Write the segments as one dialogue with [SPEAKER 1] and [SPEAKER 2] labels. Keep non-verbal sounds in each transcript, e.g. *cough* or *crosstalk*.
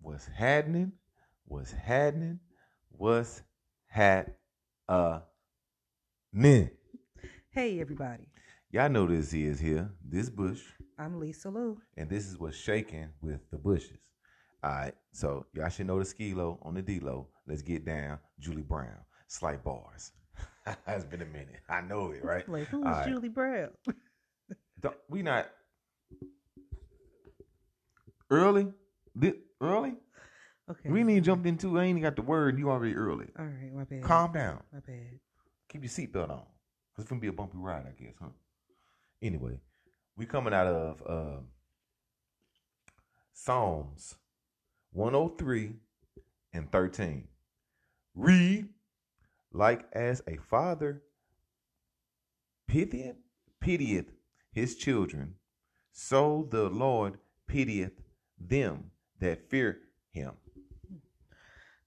[SPEAKER 1] What's happening? What's happening? What's hat uh nin?
[SPEAKER 2] Hey, everybody.
[SPEAKER 1] Y'all know this is here, this bush,
[SPEAKER 2] I'm Lisa Lou.
[SPEAKER 1] and this is what's shaking with the bushes. All right, so y'all should know the ski low on the D low. Let's get down, Julie Brown, slight bars. *laughs* it's been a minute. I know it, right?
[SPEAKER 2] Like, who
[SPEAKER 1] All
[SPEAKER 2] is
[SPEAKER 1] right.
[SPEAKER 2] Julie Brown? *laughs*
[SPEAKER 1] Don't- we not early. Thi- Early?
[SPEAKER 2] okay.
[SPEAKER 1] We ain't even jumped into. I ain't even got the word. You already early.
[SPEAKER 2] All right, my bad.
[SPEAKER 1] Calm down.
[SPEAKER 2] My bad.
[SPEAKER 1] keep your seatbelt on. It's gonna be a bumpy ride, I guess, huh? Anyway, we coming out of um, Psalms 103 and 13. Read like as a father pitieth, pitieth his children, so the Lord pitieth them that fear him.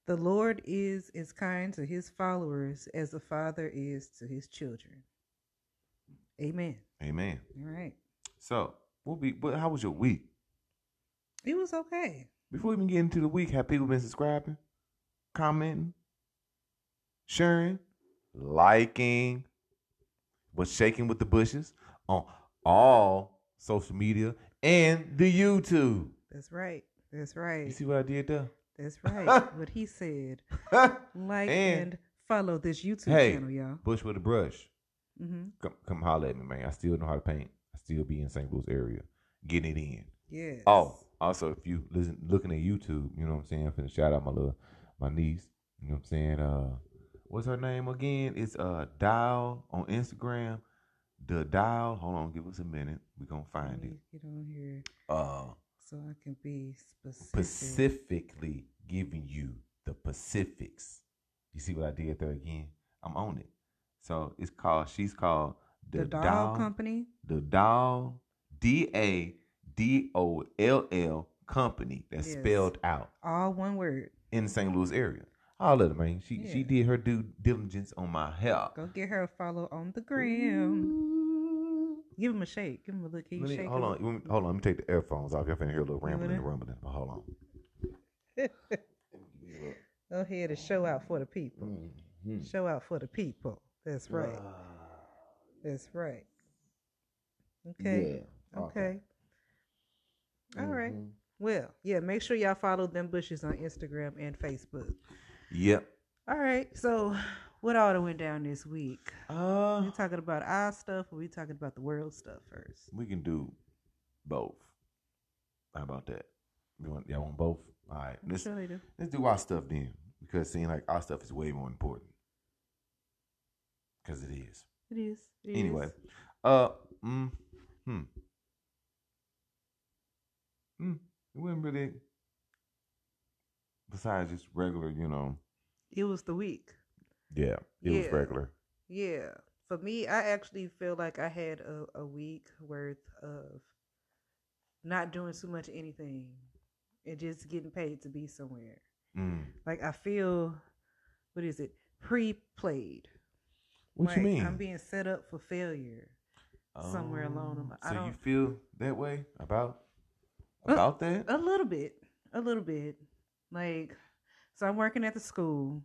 [SPEAKER 2] The Lord is as kind to his followers as a father is to his children. Amen.
[SPEAKER 1] Amen.
[SPEAKER 2] All right.
[SPEAKER 1] So, what be? What, how was your week?
[SPEAKER 2] It was okay.
[SPEAKER 1] Before we even get into the week, have people been subscribing, commenting, sharing, liking, was shaking with the bushes on all social media and the YouTube.
[SPEAKER 2] That's right. That's
[SPEAKER 1] You
[SPEAKER 2] right.
[SPEAKER 1] see what I did there?
[SPEAKER 2] *laughs* That's
[SPEAKER 1] *laughs*
[SPEAKER 2] right. what he said. Like and,
[SPEAKER 1] And-
[SPEAKER 2] follow this YouTube
[SPEAKER 1] Hey.
[SPEAKER 2] channel, y'all.
[SPEAKER 1] Bush with a brush.
[SPEAKER 2] Mm-hmm.
[SPEAKER 1] Come, come holler at me, man. I still know how to paint. I still be in St. Louis area, getting it in.
[SPEAKER 2] Yes.
[SPEAKER 1] Oh, also if you listen looking at YouTube, you know what I'm saying, I'm finna shout out my little my niece. You know what I'm saying? Uh what's her name again? It's uh Dial on Instagram. The Dial. Hold on, give us a minute. We're gonna
[SPEAKER 2] Let
[SPEAKER 1] find
[SPEAKER 2] me
[SPEAKER 1] it.
[SPEAKER 2] Get on here
[SPEAKER 1] Uh
[SPEAKER 2] so I can be Mm-hmm. specific.
[SPEAKER 1] specifically giving you the Pacifics. You see what I did there again? I'm on it. So it's called she's called
[SPEAKER 2] the,
[SPEAKER 1] the,
[SPEAKER 2] doll,
[SPEAKER 1] Dial
[SPEAKER 2] company.
[SPEAKER 1] the Doll D A D O L L company that's
[SPEAKER 2] Yes.
[SPEAKER 1] spelled out
[SPEAKER 2] All one word.
[SPEAKER 1] in the St. Louis area. Holla at her, man. She she
[SPEAKER 2] Yeah.
[SPEAKER 1] did her due diligence on my hair.
[SPEAKER 2] Go get her a follow on the gram. Give him a shake. Give him a look. Can you
[SPEAKER 1] Let me-
[SPEAKER 2] shake
[SPEAKER 1] hold on,
[SPEAKER 2] him?
[SPEAKER 1] you want me- hold on. Let me take the earphones off. Y'all finna hear a little rambling
[SPEAKER 2] wanna?
[SPEAKER 1] and rumbling. But hold
[SPEAKER 2] *laughs*
[SPEAKER 1] on.
[SPEAKER 2] Go ahead and show out for the people.
[SPEAKER 1] Mhm.
[SPEAKER 2] Show out for the people. That's
[SPEAKER 1] *sighs*
[SPEAKER 2] right. That's right. Okay.
[SPEAKER 1] Yeah.
[SPEAKER 2] Okay. All right.
[SPEAKER 1] Mhm.
[SPEAKER 2] Well, yeah, make sure y'all follow them bushes on Instagram and Facebook.
[SPEAKER 1] Yep.
[SPEAKER 2] All right. So, what all done went down this week?
[SPEAKER 1] Uh, *sighs*
[SPEAKER 2] We talking about our stuff or we talking about the world stuff first?
[SPEAKER 1] we can do both. How about that? You want y'all want both? All right.
[SPEAKER 2] I'm
[SPEAKER 1] Let's
[SPEAKER 2] sure they do.
[SPEAKER 1] let's do our stuff then, because it seems like our stuff is way more important. Because it is.
[SPEAKER 2] It is. it
[SPEAKER 1] Anyway,
[SPEAKER 2] is.
[SPEAKER 1] uh, mm, hmm, hmm, it wasn't really. Besides just regular, you know.
[SPEAKER 2] It was the week.
[SPEAKER 1] Yeah, it was
[SPEAKER 2] Yeah.
[SPEAKER 1] regular.
[SPEAKER 2] Yeah. For me, I actually feel like I had a, a week worth of not doing too much anything and just getting paid to be somewhere.
[SPEAKER 1] Mm.
[SPEAKER 2] Like I feel what is it? Pre played.
[SPEAKER 1] What
[SPEAKER 2] like,
[SPEAKER 1] you mean?
[SPEAKER 2] I'm being set up for failure. somewhere along the
[SPEAKER 1] Um,
[SPEAKER 2] li-
[SPEAKER 1] So
[SPEAKER 2] I
[SPEAKER 1] you
[SPEAKER 2] don't-
[SPEAKER 1] feel that way about
[SPEAKER 2] Uh,
[SPEAKER 1] about that?
[SPEAKER 2] A little bit. A little bit. Like so I'm working at the school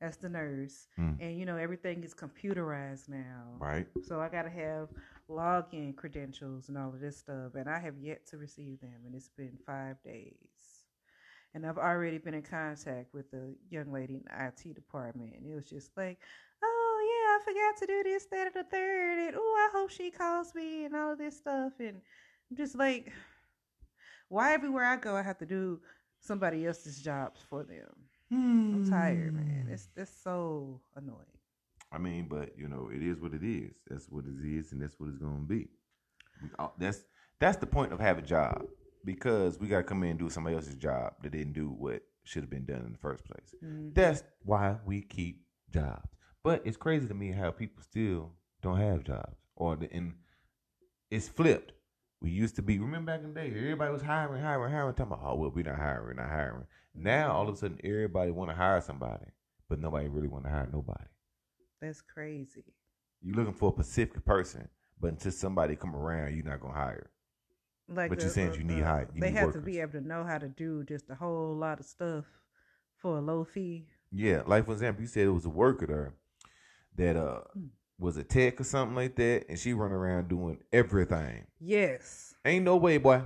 [SPEAKER 2] as the nurse
[SPEAKER 1] Mm.
[SPEAKER 2] and you know everything is computerized now.
[SPEAKER 1] right.
[SPEAKER 2] So I gotta have login credentials and all of this stuff, and I have yet to receive them, and it's been five days. And I've already been in contact with the young lady in the IT department, and it was just like, oh yeah, I forgot to do this, that, and the third, and oh, I hope she calls me, and all of this stuff, and I'm just like, why everywhere I go I have to do somebody else's jobs for them? I'm tired, man.
[SPEAKER 1] Hmm.
[SPEAKER 2] It's it's so annoying.
[SPEAKER 1] I mean, but you know, it is what it is. That's what it is, and that's what it's gonna be. We all- That's that's the point of having a job because we gotta come in and do somebody else's job that didn't do what should have been done in the first place.
[SPEAKER 2] Mhm.
[SPEAKER 1] That's why we keep jobs. But it's crazy to me how people still don't have jobs, or the, and it's flipped. We used to be remember back in the day, everybody was hiring, hiring, hiring. Talking about, oh well, we're not hiring, not hiring. Now all of a sudden, everybody want to hire somebody, but nobody really want to hire nobody
[SPEAKER 2] That's crazy.
[SPEAKER 1] you're looking for a specific person, but until somebody come around, you're not gonna hire.
[SPEAKER 2] Like
[SPEAKER 1] But you're saying you need high- you
[SPEAKER 2] they
[SPEAKER 1] need
[SPEAKER 2] have to
[SPEAKER 1] workers.
[SPEAKER 2] be able to know how to do just a whole lot of stuff for a low fee.
[SPEAKER 1] Yeah, like for example, you said it was a worker there that uh
[SPEAKER 2] Hmm.
[SPEAKER 1] was a tech or something like that, and she run around doing everything.
[SPEAKER 2] Yes,
[SPEAKER 1] Ain't no way, boy.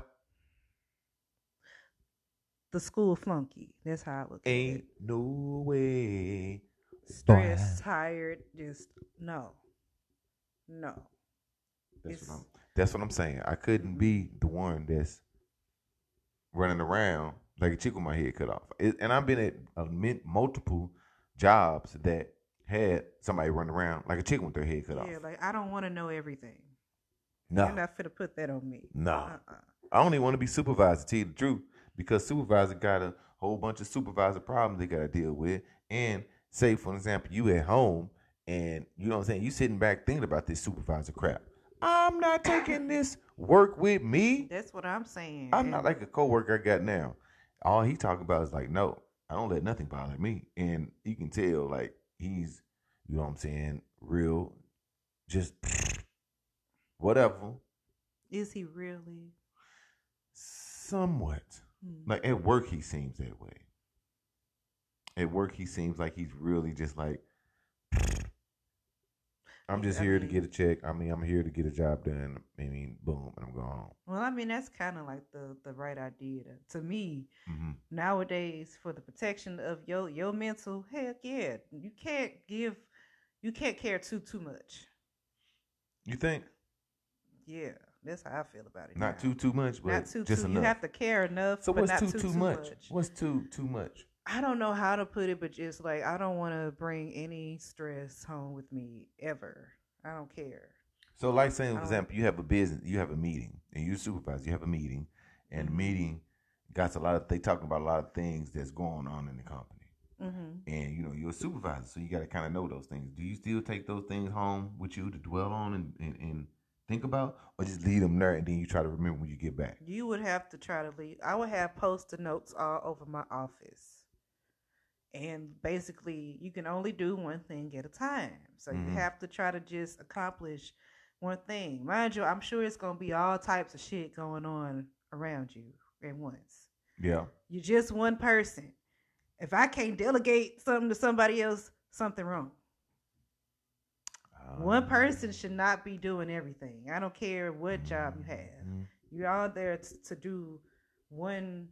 [SPEAKER 2] the school flunky. That's how I look at
[SPEAKER 1] Ain't
[SPEAKER 2] it.
[SPEAKER 1] no way.
[SPEAKER 2] Stressed, tired, just no, no.
[SPEAKER 1] That's
[SPEAKER 2] It's-
[SPEAKER 1] what I'm. That's what I'm saying. I couldn't
[SPEAKER 2] Mhm.
[SPEAKER 1] be the one that's running around like a chick with my head cut off. It, and I've been at a, min- multiple jobs that had somebody running around like a chick with their head cut
[SPEAKER 2] Yeah,
[SPEAKER 1] off.
[SPEAKER 2] like I don't want to know everything.
[SPEAKER 1] no,
[SPEAKER 2] You're not fit to put that on me.
[SPEAKER 1] No.
[SPEAKER 2] Uh-uh.
[SPEAKER 1] I don't even want to be supervisor. To tell you the truth, because supervisor got a whole bunch of supervisor problems they got to deal with. And say, for example, you at home and you know what I'm saying. You sitting back thinking about this supervisor crap. I'm not taking this work with me.
[SPEAKER 2] That's what I'm saying.
[SPEAKER 1] I'm not
[SPEAKER 2] And
[SPEAKER 1] like a coworker I got now. All he talking about is like, no, I don't let nothing bother me. And you can tell like he's, you know what I'm saying, real, just *sniffs* whatever,
[SPEAKER 2] Is he really?
[SPEAKER 1] somewhat.
[SPEAKER 2] Hmm.
[SPEAKER 1] Like at work, he seems that way. At work, he seems like he's really just like, I'm just
[SPEAKER 2] I
[SPEAKER 1] here to
[SPEAKER 2] mean-
[SPEAKER 1] get a check. I mean, I'm here to get a job done. I mean, boom, and I'm going home.
[SPEAKER 2] Well, I mean that's kind of like the the right idea to, to me
[SPEAKER 1] hmm
[SPEAKER 2] nowadays for the protection of your your mental. Heck yeah, you can't give, you can't care too too much.
[SPEAKER 1] You think
[SPEAKER 2] Yeah, that's how I feel about it.
[SPEAKER 1] not
[SPEAKER 2] now.
[SPEAKER 1] too too much, but
[SPEAKER 2] not too
[SPEAKER 1] just
[SPEAKER 2] too.
[SPEAKER 1] enough.
[SPEAKER 2] You have to care enough,
[SPEAKER 1] So
[SPEAKER 2] but
[SPEAKER 1] what's
[SPEAKER 2] not
[SPEAKER 1] too, too much? What's too too much?
[SPEAKER 2] I don't know how to put it, but just like I don't want to bring any stress home with me ever. I don't care.
[SPEAKER 1] So like saying
[SPEAKER 2] I
[SPEAKER 1] for
[SPEAKER 2] don't-
[SPEAKER 1] example, you have a business, you have a meeting, and you supervise, you have a meeting, and the
[SPEAKER 2] Mhm.
[SPEAKER 1] meeting got a lot of they talking about a lot of things that's going on in the company.
[SPEAKER 2] Mm-hmm.
[SPEAKER 1] And you know, you're a supervisor, so you gotta kinda know those things. Do you still take those things home with you to dwell on and, and, and think about? Or just leave them there and then you try to remember when you get back?
[SPEAKER 2] You would have to try to leave. I would have post-it notes all over my office. And basically, you can only do one thing at a time. So
[SPEAKER 1] Mhm.
[SPEAKER 2] you have to try to just accomplish one thing. Mind you, I'm sure it's going to be all types of shit going on around you at once.
[SPEAKER 1] Yeah.
[SPEAKER 2] You're just one person. If I can't delegate something to somebody else, something wrong. One
[SPEAKER 1] Um,
[SPEAKER 2] person should not be doing everything. I don't care what job you have.
[SPEAKER 1] mhm.
[SPEAKER 2] You're all there t- to do one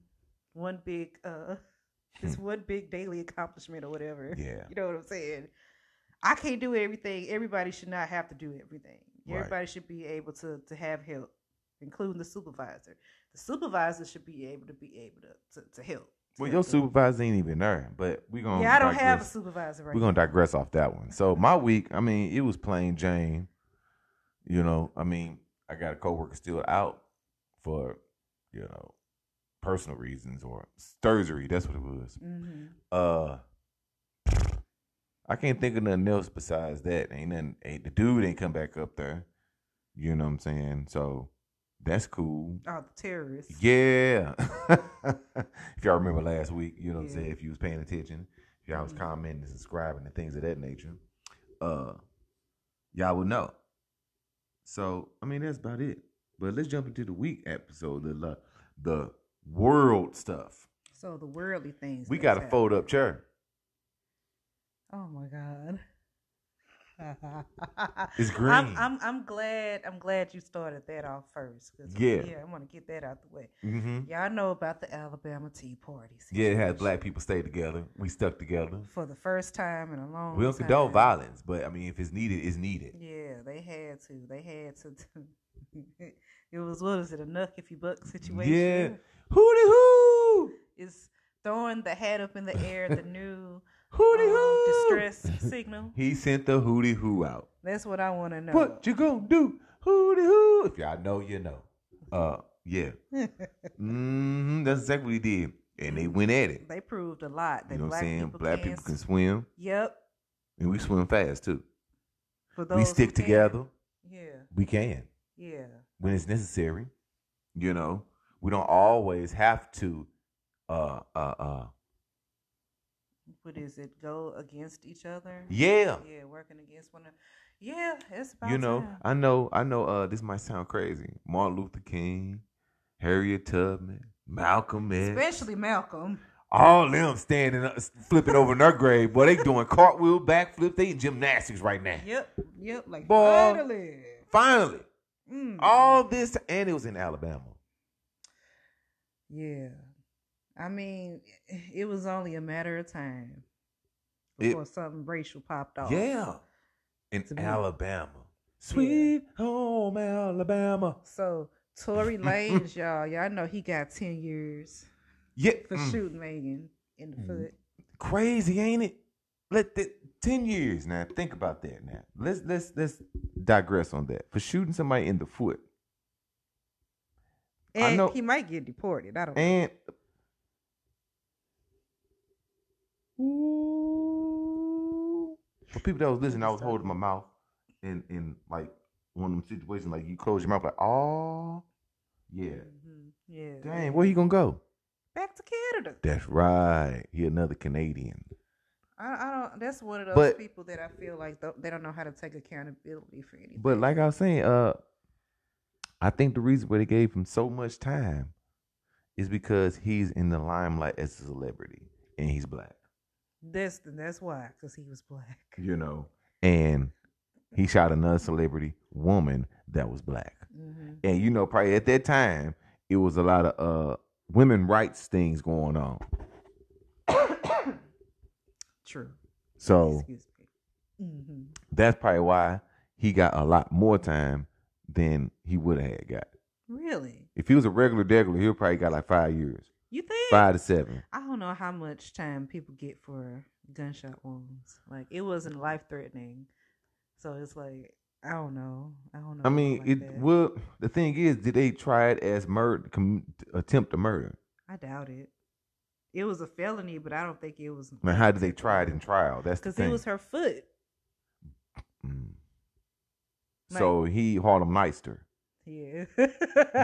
[SPEAKER 2] one big uh *laughs* this one big daily accomplishment or whatever.
[SPEAKER 1] Hmm.
[SPEAKER 2] *laughs*
[SPEAKER 1] Yeah.
[SPEAKER 2] You know what I'm saying? I can't do everything. Everybody should not have to do everything.
[SPEAKER 1] Right.
[SPEAKER 2] Everybody should be able to to have help, including the supervisor. The supervisor should be able to be able to to, to help. to
[SPEAKER 1] Well
[SPEAKER 2] help
[SPEAKER 1] your
[SPEAKER 2] them.
[SPEAKER 1] supervisor ain't even there, but we're gonna
[SPEAKER 2] Yeah, I don't have a
[SPEAKER 1] digress.
[SPEAKER 2] supervisor right
[SPEAKER 1] we're gonna digress off that one. So my week, I mean, it was plain Jane. You know, I mean, I got a coworker still out for, you know, personal reasons or surgery. That's what it was.
[SPEAKER 2] now. Mhm.
[SPEAKER 1] Uh, I can't think of nothing else besides that. Ain't nothing. Ain't, the dude ain't come back up there. You know what I'm saying? So that's cool.
[SPEAKER 2] Oh, the terrorists.
[SPEAKER 1] Yeah. *laughs* if y'all remember last week, you know what I'm
[SPEAKER 2] Yeah.
[SPEAKER 1] saying? If you was paying attention, if y'all was
[SPEAKER 2] Mhm.
[SPEAKER 1] commenting and subscribing and things of that nature, uh, y'all would know. So, I mean, that's about it. But let's jump into the week episode, the the, the world stuff.
[SPEAKER 2] So the worldly things.
[SPEAKER 1] We
[SPEAKER 2] that's
[SPEAKER 1] got a
[SPEAKER 2] happening.
[SPEAKER 1] fold up chair.
[SPEAKER 2] Oh my god. Oh
[SPEAKER 1] *laughs* It's green.
[SPEAKER 2] I'm, I'm I'm glad I'm glad you started that off first. 'cause, uh,
[SPEAKER 1] Yeah.
[SPEAKER 2] yeah, I want to get that out the way.
[SPEAKER 1] mm-hmm.
[SPEAKER 2] Y'all know about the Alabama Tea Party.
[SPEAKER 1] Yeah, it had
[SPEAKER 2] situation.
[SPEAKER 1] black people stay together. We stuck together.
[SPEAKER 2] for the first time in a long.
[SPEAKER 1] We don't
[SPEAKER 2] time.
[SPEAKER 1] condone violence, but I mean, if it's needed, it's needed.
[SPEAKER 2] Yeah, they had to. They had to. do- *laughs* it was what is it a knuck if you buck situation?
[SPEAKER 1] Yeah. Hooty hoo!
[SPEAKER 2] it's throwing the hat up in the
[SPEAKER 1] *laughs*
[SPEAKER 2] air. The new
[SPEAKER 1] Hooty
[SPEAKER 2] um,
[SPEAKER 1] hoo!
[SPEAKER 2] distress
[SPEAKER 1] *laughs*
[SPEAKER 2] signal.
[SPEAKER 1] He sent the hooty hoo out.
[SPEAKER 2] That's what I want to know.
[SPEAKER 1] What you gonna do? Hooty hoo! If y'all know, you know. Uh,
[SPEAKER 2] *laughs*
[SPEAKER 1] yeah. hmm That's exactly what he did, and they went at it.
[SPEAKER 2] they proved a lot that
[SPEAKER 1] You know what
[SPEAKER 2] black
[SPEAKER 1] I'm saying?
[SPEAKER 2] people
[SPEAKER 1] Black
[SPEAKER 2] can
[SPEAKER 1] people can swim,
[SPEAKER 2] Yep.
[SPEAKER 1] and we swim fast too.
[SPEAKER 2] For
[SPEAKER 1] we
[SPEAKER 2] those who
[SPEAKER 1] stick
[SPEAKER 2] can.
[SPEAKER 1] together.
[SPEAKER 2] Yeah,
[SPEAKER 1] We can
[SPEAKER 2] yeah.
[SPEAKER 1] when it's necessary. You know, we don't always have to. Uh, uh, uh.
[SPEAKER 2] What is it? Go against each other.
[SPEAKER 1] Yeah.
[SPEAKER 2] Yeah, working against one another. Yeah, it's about
[SPEAKER 1] You know,
[SPEAKER 2] time.
[SPEAKER 1] I know, I know. Uh, this might sound crazy. Martin Luther King, Harriet Tubman, Malcolm X,
[SPEAKER 2] Especially Malcolm.
[SPEAKER 1] all them standing up, flipping over in their grave. Boy, they doing cartwheel backflip. They in gymnastics right now.
[SPEAKER 2] Yep, yep. Like
[SPEAKER 1] Boy. Oh.
[SPEAKER 2] finally.
[SPEAKER 1] Finally,
[SPEAKER 2] Mm.
[SPEAKER 1] all this, and it was in Alabama.
[SPEAKER 2] Yeah. I mean, it was only a matter of time
[SPEAKER 1] It-
[SPEAKER 2] before something racial popped off.
[SPEAKER 1] Yeah, in
[SPEAKER 2] Oh. It's a movie.
[SPEAKER 1] Alabama, sweet home Alabama.
[SPEAKER 2] So
[SPEAKER 1] *laughs*
[SPEAKER 2] Tory Lanez, y'all, y'all know he got ten years
[SPEAKER 1] Yeah,
[SPEAKER 2] for
[SPEAKER 1] mm,
[SPEAKER 2] shooting Megan in the
[SPEAKER 1] Mm.
[SPEAKER 2] foot.
[SPEAKER 1] crazy, ain't it? Let the ten years now. Think about that now. Let's let's let's digress on that for shooting somebody in the foot. I
[SPEAKER 2] And
[SPEAKER 1] know-
[SPEAKER 2] he might get deported. I don't know.
[SPEAKER 1] And Ooh. for people that was listening, I was holding my mouth in in like one of them situations, like you close your mouth, like oh yeah,
[SPEAKER 2] Mhm. Yeah.
[SPEAKER 1] dang, where you gonna go?
[SPEAKER 2] Back to Canada.
[SPEAKER 1] That's right, he another Canadian.
[SPEAKER 2] I, I don't. That's one of those
[SPEAKER 1] But-
[SPEAKER 2] people that I feel like th- they don't know how to take accountability for anything.
[SPEAKER 1] But like I was saying, uh, I think the reason why they gave him so much time is because he's in the limelight as a celebrity and he's black.
[SPEAKER 2] That's that's why, because he was black.
[SPEAKER 1] you know, and he shot another celebrity woman that was black. *coughs*
[SPEAKER 2] hmm
[SPEAKER 1] And you know, probably at that time, it was a lot of uh women rights things going on.
[SPEAKER 2] True.
[SPEAKER 1] So
[SPEAKER 2] Excuse me. hmm
[SPEAKER 1] that's probably why he got a lot more time than he would have had got.
[SPEAKER 2] Really?
[SPEAKER 1] If he was a regular degular, he would probably got like five years,
[SPEAKER 2] You think?
[SPEAKER 1] five to seven.
[SPEAKER 2] I don't know how much time people get for gunshot wounds. Like it wasn't life threatening, so it's like I don't know. I don't know.
[SPEAKER 1] I
[SPEAKER 2] about
[SPEAKER 1] mean,
[SPEAKER 2] like
[SPEAKER 1] it
[SPEAKER 2] that.
[SPEAKER 1] well, the thing is, did they try it as murder, com- attempt to murder?
[SPEAKER 2] I doubt it. It was a felony, but I don't think it was.
[SPEAKER 1] I mean, how did they try it in trial? That's the
[SPEAKER 2] Because
[SPEAKER 1] thing.
[SPEAKER 2] it was her foot.
[SPEAKER 1] Mm.
[SPEAKER 2] Like-
[SPEAKER 1] so he Harlem Nightster.
[SPEAKER 2] Yeah.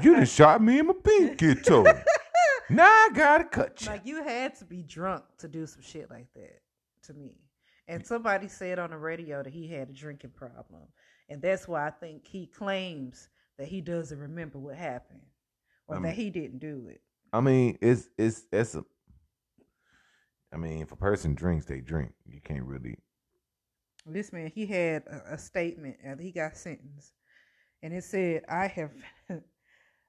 [SPEAKER 1] You
[SPEAKER 2] *laughs*
[SPEAKER 1] done shot me in my pinky toe. now I gotta cut you.
[SPEAKER 2] like you had to be drunk to do some shit like that to me. And somebody said on the radio that he had a drinking problem. And that's why I think he claims that he doesn't remember what happened or
[SPEAKER 1] I
[SPEAKER 2] that
[SPEAKER 1] mean-
[SPEAKER 2] he didn't do it.
[SPEAKER 1] I mean, it's it's it's a. I mean, if a person drinks, they drink. You can't really.
[SPEAKER 2] This man, he had a, a statement after he got sentenced. And it said, I have *laughs*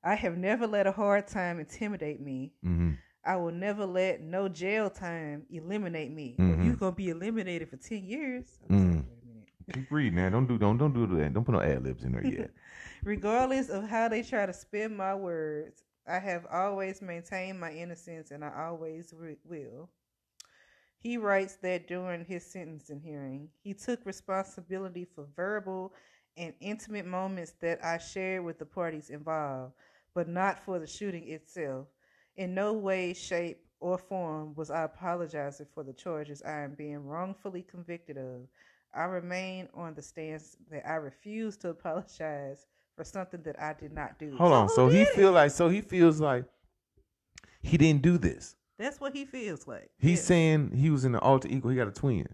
[SPEAKER 2] I have never let a hard time intimidate me.
[SPEAKER 1] Mhm.
[SPEAKER 2] I will never let no jail time eliminate me.
[SPEAKER 1] Mhm.
[SPEAKER 2] You're gonna be eliminated for ten years. I was like,
[SPEAKER 1] Mm.
[SPEAKER 2] "Wait a minute."
[SPEAKER 1] Keep reading, man. Don't do don't don't do that. Don't put no ad libs in there
[SPEAKER 2] *laughs*
[SPEAKER 1] yet.
[SPEAKER 2] Regardless of how they try to spin my words, I have always maintained my innocence and I always re- will. He writes that during his sentencing hearing, he took responsibility for verbal and intimate moments that I shared with the parties involved, but not for the shooting itself. In no way, shape, or form was I apologizing for the charges I am being wrongfully convicted of. I remain on the stance that I refuse to apologize for something that I did not do.
[SPEAKER 1] Hold on.
[SPEAKER 2] who
[SPEAKER 1] So he
[SPEAKER 2] did it?
[SPEAKER 1] feel like so he feels like he didn't do this.
[SPEAKER 2] that's what he feels like.
[SPEAKER 1] He's
[SPEAKER 2] Yeah.
[SPEAKER 1] saying he was in the alter ego. He got a twin.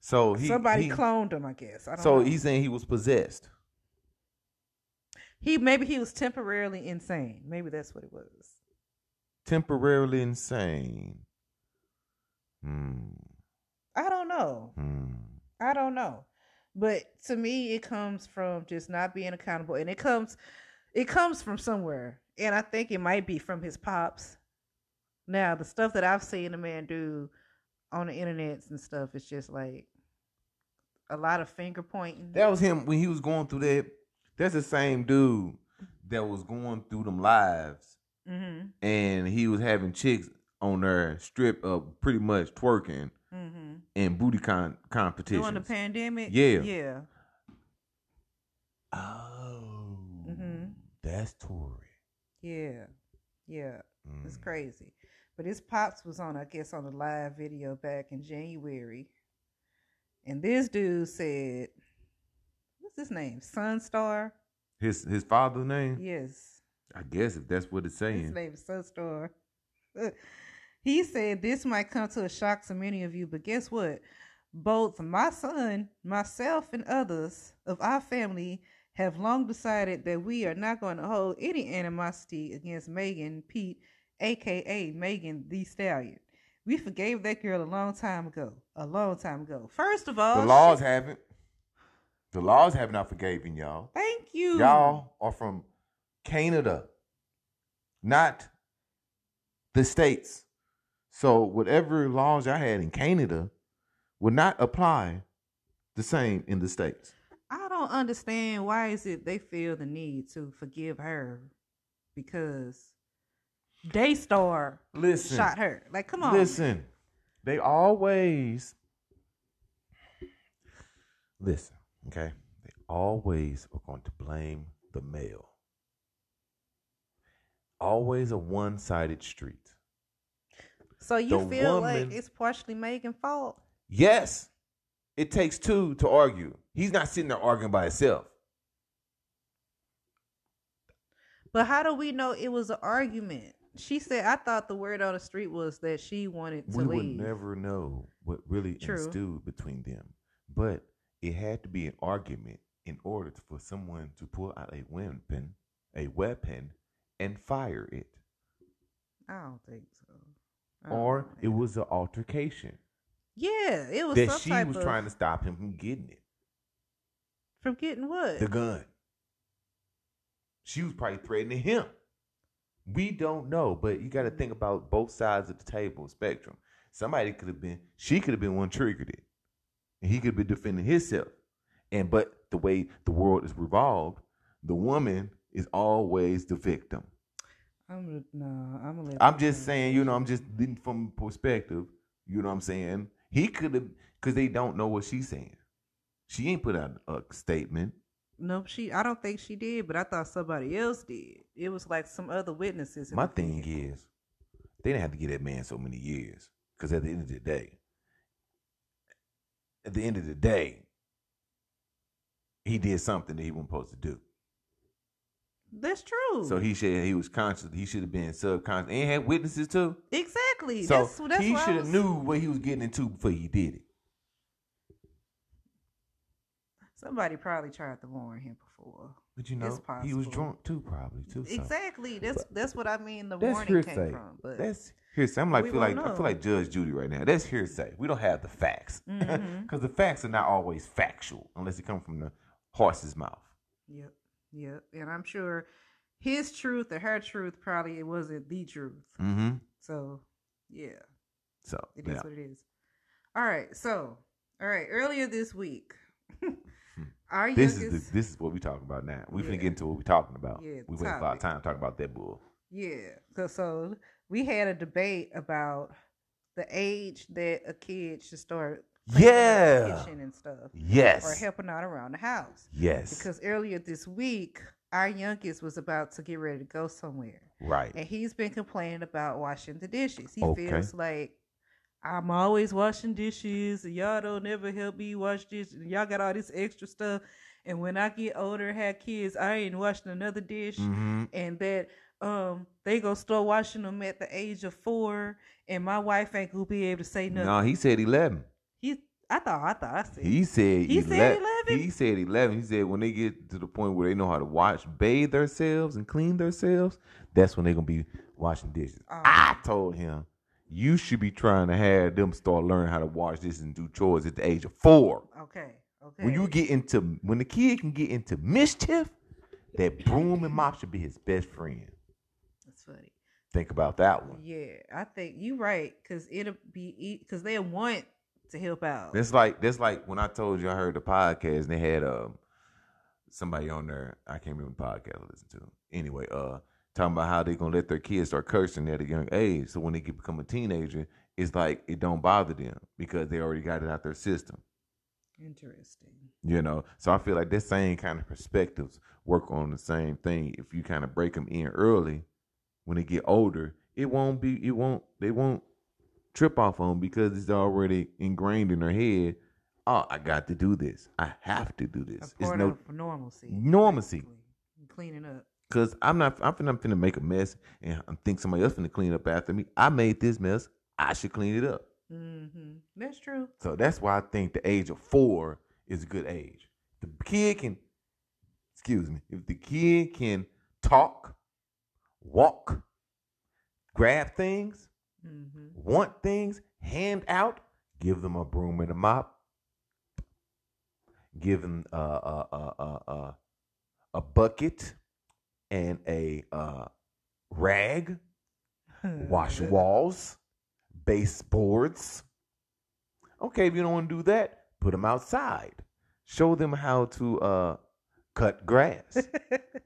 [SPEAKER 1] So he
[SPEAKER 2] somebody
[SPEAKER 1] he-
[SPEAKER 2] cloned him. I guess. I don't
[SPEAKER 1] So
[SPEAKER 2] know.
[SPEAKER 1] he's saying he was possessed.
[SPEAKER 2] he maybe he was temporarily insane. Maybe that's what it was.
[SPEAKER 1] temporarily insane. Hmm.
[SPEAKER 2] I don't know.
[SPEAKER 1] Hmm.
[SPEAKER 2] I don't know. But to me, it comes from just not being accountable, and it comes, it comes from somewhere, and I think it might be from his pops. Now, the stuff that I've seen the man do on the internet and stuff is just like a lot of finger pointing.
[SPEAKER 1] That was him when he was going through that. That's the same dude that was going through them lives,
[SPEAKER 2] mm-hmm.
[SPEAKER 1] and he was having chicks on their strip of pretty much twerking
[SPEAKER 2] Mm-hmm.
[SPEAKER 1] and booty con
[SPEAKER 2] During the
[SPEAKER 1] competitions.
[SPEAKER 2] pandemic,
[SPEAKER 1] Yeah.
[SPEAKER 2] yeah.
[SPEAKER 1] oh,
[SPEAKER 2] Mhm.
[SPEAKER 1] that's Tory.
[SPEAKER 2] Yeah, yeah, it's
[SPEAKER 1] Mm.
[SPEAKER 2] crazy. But his pops was on, I guess, on a live video back in January, and this dude said, "What's his name? Sunstar."
[SPEAKER 1] His his father's name,
[SPEAKER 2] Yes,
[SPEAKER 1] I guess, if that's what it's
[SPEAKER 2] his
[SPEAKER 1] saying.
[SPEAKER 2] name is Sunstar. *laughs* he said, "This might come to a shock to many of you, but guess what? Both my son, myself, and others of our family." have long decided that we are not going to hold any animosity against Megan Pete, aka Megan the Stallion. We forgave that girl a long time ago. A long time ago. First of all,
[SPEAKER 1] The laws haven't. The laws have not forgiven y'all.
[SPEAKER 2] thank you.
[SPEAKER 1] Y'all are from Canada, not the states. So whatever laws y'all had in Canada would not apply the same in the states.
[SPEAKER 2] I don't understand why is it they feel the need to forgive her because Daystar
[SPEAKER 1] Listen.
[SPEAKER 2] shot her. Like, come on.
[SPEAKER 1] Listen, they always listen. Okay, they always are going to blame the male. Always a one-sided street.
[SPEAKER 2] So you
[SPEAKER 1] The
[SPEAKER 2] feel like
[SPEAKER 1] woman-
[SPEAKER 2] it's partially Megan's fault?
[SPEAKER 1] Yes, it takes two to argue. He's not sitting there arguing by himself.
[SPEAKER 2] But how do we know it was an argument? She said, I thought the word on the street was that she wanted to
[SPEAKER 1] we
[SPEAKER 2] leave.
[SPEAKER 1] would never know what really
[SPEAKER 2] True.
[SPEAKER 1] ensued between them, but it had to be an argument in order for someone to pull out a weapon, a weapon, and fire it.
[SPEAKER 2] I don't think so. I don't
[SPEAKER 1] or
[SPEAKER 2] know,
[SPEAKER 1] it
[SPEAKER 2] Oh, man.
[SPEAKER 1] was an altercation
[SPEAKER 2] Yeah, it was
[SPEAKER 1] that
[SPEAKER 2] some
[SPEAKER 1] she
[SPEAKER 2] type
[SPEAKER 1] was
[SPEAKER 2] of
[SPEAKER 1] trying to stop him from getting it.
[SPEAKER 2] from getting what?
[SPEAKER 1] The gun. She was probably threatening him. We don't know, but you got to think about both sides of the table spectrum. Somebody could have been, she could have been one triggered it, and he could have been defending himself. And but the way the world is revolved, the woman is always the victim.
[SPEAKER 2] I'm gonna- no, I'm gonna let
[SPEAKER 1] I'm
[SPEAKER 2] you
[SPEAKER 1] just
[SPEAKER 2] go.
[SPEAKER 1] saying, you know, I'm just leading from perspective. You know what I'm saying? He could have, because they don't know what she's saying. She ain't put out a statement.
[SPEAKER 2] Nope, she. I don't think she did, but I thought somebody else did. It was like some other witnesses. in
[SPEAKER 1] My
[SPEAKER 2] the
[SPEAKER 1] thing
[SPEAKER 2] vehicle.
[SPEAKER 1] is, they didn't have to give that man so many years. Because at the end of the day, at the end of the day, he did something that he wasn't supposed to do.
[SPEAKER 2] that's true.
[SPEAKER 1] So he should he was conscious. He should have been subconscious and had witnesses too.
[SPEAKER 2] exactly.
[SPEAKER 1] So
[SPEAKER 2] that's, that's
[SPEAKER 1] he
[SPEAKER 2] why I
[SPEAKER 1] should have
[SPEAKER 2] was-
[SPEAKER 1] knew what he was getting into before he did it.
[SPEAKER 2] Somebody probably tried to warn him before.
[SPEAKER 1] But you
[SPEAKER 2] It's
[SPEAKER 1] know, he was
[SPEAKER 2] possible.
[SPEAKER 1] drunk too, probably too. so-
[SPEAKER 2] Exactly. That's that's what I mean. The
[SPEAKER 1] That's
[SPEAKER 2] warning
[SPEAKER 1] hearsay.
[SPEAKER 2] came from. But
[SPEAKER 1] That's hearsay. I'm like,
[SPEAKER 2] we
[SPEAKER 1] feel like
[SPEAKER 2] won't
[SPEAKER 1] I
[SPEAKER 2] know.
[SPEAKER 1] feel like Judge Judy right now. That's hearsay. We don't have the facts *laughs* because
[SPEAKER 2] Mhm.
[SPEAKER 1] the facts are not always factual unless it come from the horse's mouth.
[SPEAKER 2] yep, yep. And I'm sure his truth or her truth probably it wasn't the truth.
[SPEAKER 1] Mm-hmm.
[SPEAKER 2] So yeah.
[SPEAKER 1] So
[SPEAKER 2] It is
[SPEAKER 1] yeah.
[SPEAKER 2] what it is. All right. So, all right. Earlier this week, *laughs* our
[SPEAKER 1] Hmm. this
[SPEAKER 2] youngest,
[SPEAKER 1] is the, this is what we talking about now. We're
[SPEAKER 2] Yeah.
[SPEAKER 1] gonna get into what we're talking about.
[SPEAKER 2] Yeah,
[SPEAKER 1] we waste a lot
[SPEAKER 2] topic.
[SPEAKER 1] of time talking about that bull.
[SPEAKER 2] yeah. 'cause So we had a debate about the age that a kid should start cleaning up the
[SPEAKER 1] Yeah.
[SPEAKER 2] kitchen and stuff or
[SPEAKER 1] Yes.
[SPEAKER 2] helping out around the house.
[SPEAKER 1] Yes.
[SPEAKER 2] Because earlier this week, our youngest was about to get ready to go somewhere,
[SPEAKER 1] right.
[SPEAKER 2] and he's been complaining about washing the dishes. He
[SPEAKER 1] Okay.
[SPEAKER 2] feels like. I'm always washing dishes, and y'all don't never help me wash dishes. and Y'all got all this extra stuff, and when I get older, have kids, I ain't washing another dish,
[SPEAKER 1] Mm-hmm.
[SPEAKER 2] and that um they gonna start washing them at the age of four, and my wife ain't gonna be able to say nothing.
[SPEAKER 1] No, he said eleven.
[SPEAKER 2] He, I thought, I thought, I said,
[SPEAKER 1] He said
[SPEAKER 2] He said 11?
[SPEAKER 1] He said eleven. He said when they get to the point where they know how to wash, bathe themselves, and clean themselves, that's when they're gonna be washing dishes.
[SPEAKER 2] Oh.
[SPEAKER 1] I told him you should be trying to have them start learning how to wash dishes and do chores at the age of four.
[SPEAKER 2] okay, okay.
[SPEAKER 1] When you get into when the kid can get into mischief,
[SPEAKER 2] *laughs*
[SPEAKER 1] that broom and mop should be his best friend.
[SPEAKER 2] That's funny.
[SPEAKER 1] Think about that one.
[SPEAKER 2] Yeah, I think you right, cause it'll be because they want to help out.
[SPEAKER 1] That's like that's like when I told you I heard the podcast and they had um somebody on there. I can't remember the podcast I listened to. Anyway, uh, talking about how they're gonna let their kids start cursing at a young age, so when they get, become a teenager, it's like it don't bother them because they already got it out their system.
[SPEAKER 2] Interesting.
[SPEAKER 1] You know, so I feel like that same kind of perspectives work on the same thing. If you kind of break them in early, when they get older, it won't be, it won't, they won't trip off on because it's already ingrained in their head. Oh, I got to do this. I have to do
[SPEAKER 2] A
[SPEAKER 1] this. It's
[SPEAKER 2] part
[SPEAKER 1] no,
[SPEAKER 2] of normalcy.
[SPEAKER 1] Normalcy.
[SPEAKER 2] basically. Cleaning up.
[SPEAKER 1] cause I'm not, I'm finna, I'm finna make a mess and I think somebody else finna clean up after me. I made this mess. I should clean it up.
[SPEAKER 2] Mm-hmm. That's true.
[SPEAKER 1] So that's why I think the age of four is a good age. The kid can excuse me, if the kid can talk, walk, grab things,
[SPEAKER 2] Mm-hmm.
[SPEAKER 1] want things, hand out, give them a broom and a mop, give them uh, a a a a, a, uh, a bucket and a uh, rag, *laughs* wash
[SPEAKER 2] *laughs*
[SPEAKER 1] walls, baseboards. Okay, if you don't want to do that, put them outside. Show them how to uh, cut
[SPEAKER 2] *laughs*
[SPEAKER 1] grass,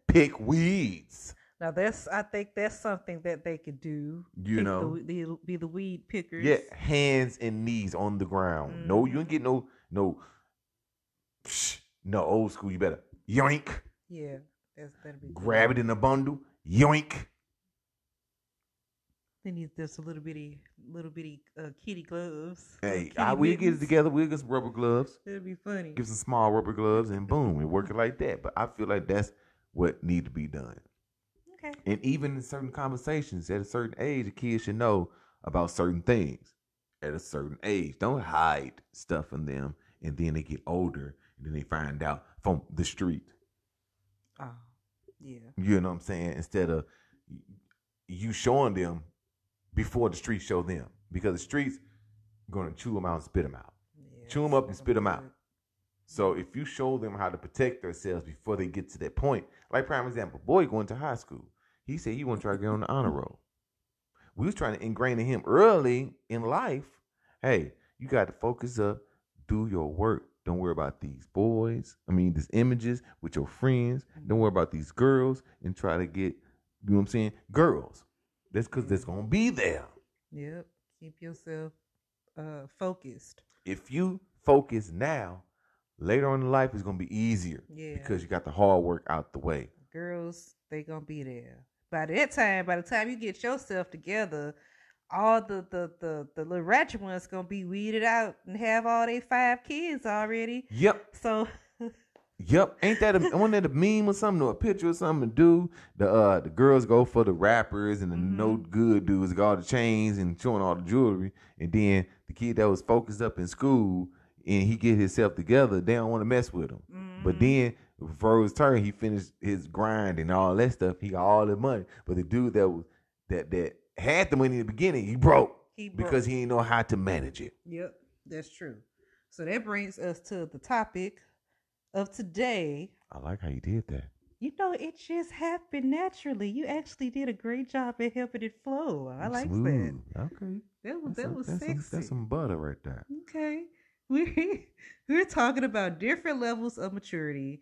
[SPEAKER 1] pick weeds.
[SPEAKER 2] now that's I think that's something that they could do.
[SPEAKER 1] You
[SPEAKER 2] Pick
[SPEAKER 1] know,
[SPEAKER 2] the, the, be the weed pickers.
[SPEAKER 1] Yeah, hands and knees on the ground. No,
[SPEAKER 2] Mm-hmm.
[SPEAKER 1] you ain't get no no. Psh, no old school. You better yoink,
[SPEAKER 2] yeah. That's that'd be
[SPEAKER 1] grab it in a bundle, yoink.
[SPEAKER 2] Then needs just a little bitty, little bitty uh, kitty gloves.
[SPEAKER 1] *laughs*
[SPEAKER 2] little
[SPEAKER 1] Hey,
[SPEAKER 2] kitty
[SPEAKER 1] I will get it
[SPEAKER 2] mittens.
[SPEAKER 1] together. We'll get some rubber gloves,
[SPEAKER 2] That'd be funny.
[SPEAKER 1] give some small rubber gloves, and boom, it work it like that. But I feel like that's what need to be done.
[SPEAKER 2] Okay.
[SPEAKER 1] And even in certain conversations, at a certain age, a kid should know about certain things at a certain age. Don't hide stuff from them, and then they get older, and then they find out from the street.
[SPEAKER 2] Oh, yeah.
[SPEAKER 1] You know what I'm saying? Instead of you showing them before the streets show them, because the streets gonna chew them out and spit them out.
[SPEAKER 2] yeah
[SPEAKER 1] Chew 'em
[SPEAKER 2] that's
[SPEAKER 1] up and
[SPEAKER 2] not
[SPEAKER 1] spit 'em out.
[SPEAKER 2] good.
[SPEAKER 1] So if you show them how to protect themselves before they get to that point, like prime example, boy going to high school, he said he want to try to get on the honor roll. We was trying to ingrain in him early in life, hey, you got to focus up, do your work. Don't worry about these boys. I mean, these images with your friends. Don't worry about these girls and try to get, you know what I'm saying, girls. That's because that's gonna be there.
[SPEAKER 2] Yep. Keep yourself uh focused.
[SPEAKER 1] If you focus now, later on in life it's gonna be easier
[SPEAKER 2] Yeah.
[SPEAKER 1] because you got the hard work out the way.
[SPEAKER 2] girls, they gonna be there. By that time, by the time you get yourself together, all the the the, the little ratchet ones gonna be weeded out and have all they five kids already.
[SPEAKER 1] Yep,
[SPEAKER 2] So
[SPEAKER 1] yep. Ain't that a, *laughs* wasn't that a meme or something or a picture or something to do? The uh the girls go for the rappers and the
[SPEAKER 2] Mm-hmm.
[SPEAKER 1] no good dudes got all the chains and showing all the jewelry, and then the kid that was focused up in school and he get himself together, they don't want to mess with him. But then
[SPEAKER 2] Mm-hmm.
[SPEAKER 1] for his turn, he finished his grind and all that stuff. He got all the money, but the dude that was that that had the money in the beginning, he broke
[SPEAKER 2] he broke.
[SPEAKER 1] because he didn't know how to manage it.
[SPEAKER 2] Yep, that's true. So that brings us to the topic of today.
[SPEAKER 1] I like how you did that.
[SPEAKER 2] You know, it just happened naturally. You actually did a great job at helping it flow. I like that.
[SPEAKER 1] Smooth. Okay.
[SPEAKER 2] That was
[SPEAKER 1] That's a-
[SPEAKER 2] that was
[SPEAKER 1] that's
[SPEAKER 2] sexy.
[SPEAKER 1] Some, that's some butter right there.
[SPEAKER 2] Okay. *laughs* We we're talking about different levels of maturity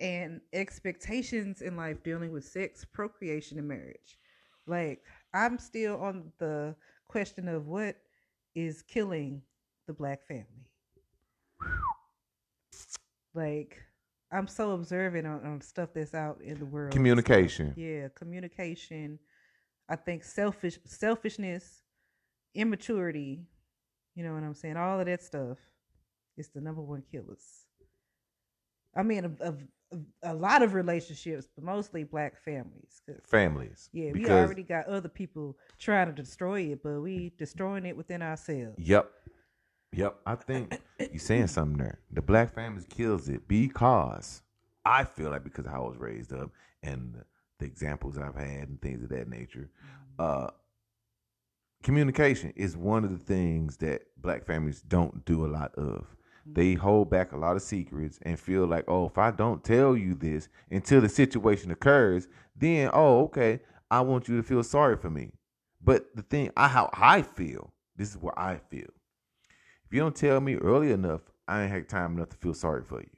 [SPEAKER 2] and expectations in life dealing with sex, procreation, and marriage. Like, I'm still on the question of what is killing the black family. Like, I'm so observant on, on stuff that's out in the world.
[SPEAKER 1] Communication.
[SPEAKER 2] Yeah, communication. I think selfish selfishness, immaturity, you know what I'm saying? All of that stuff is the number one killers. I mean, of, of, of a lot of relationships, but mostly black families. 'cause-
[SPEAKER 1] Families.
[SPEAKER 2] yeah,
[SPEAKER 1] because,
[SPEAKER 2] we already got other people trying to destroy it, but we destroying it within ourselves.
[SPEAKER 1] Yep. Yep. I think you're saying something there. The black families kills it because I feel like because I was raised up and the, the examples I've had and things of that nature. Uh, communication is one of the things that black families don't do a lot of. They hold back a lot of secrets and feel like, oh, if I don't tell you this until the situation occurs, then oh, okay, I want you to feel sorry for me. But the thing, I how I feel, this is what I feel. If you don't tell me early enough, I ain't had time enough to feel sorry for you.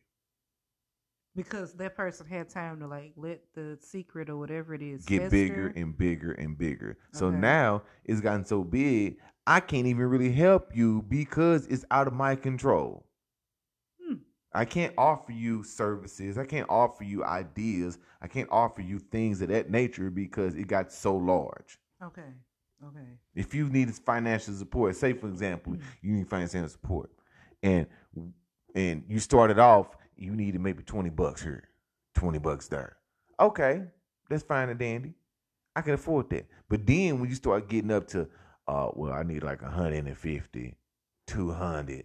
[SPEAKER 2] Because that person had time to like let the secret or whatever it is
[SPEAKER 1] Get bigger
[SPEAKER 2] fester.
[SPEAKER 1] and bigger and bigger. So
[SPEAKER 2] Okay.
[SPEAKER 1] now it's gotten so big, I can't even really help you because it's out of my control.
[SPEAKER 2] Hmm.
[SPEAKER 1] I can't offer you services. I can't offer you ideas. I can't offer you things of that nature because it got so large.
[SPEAKER 2] Okay. Okay.
[SPEAKER 1] If you need financial support, say for example, you need financial support, and and you started off, you needed maybe twenty bucks here, twenty bucks there. Okay, that's fine and dandy. I can afford that. But then when you start getting up to, uh, well, I need like
[SPEAKER 2] Mm-hmm.
[SPEAKER 1] 150, 200,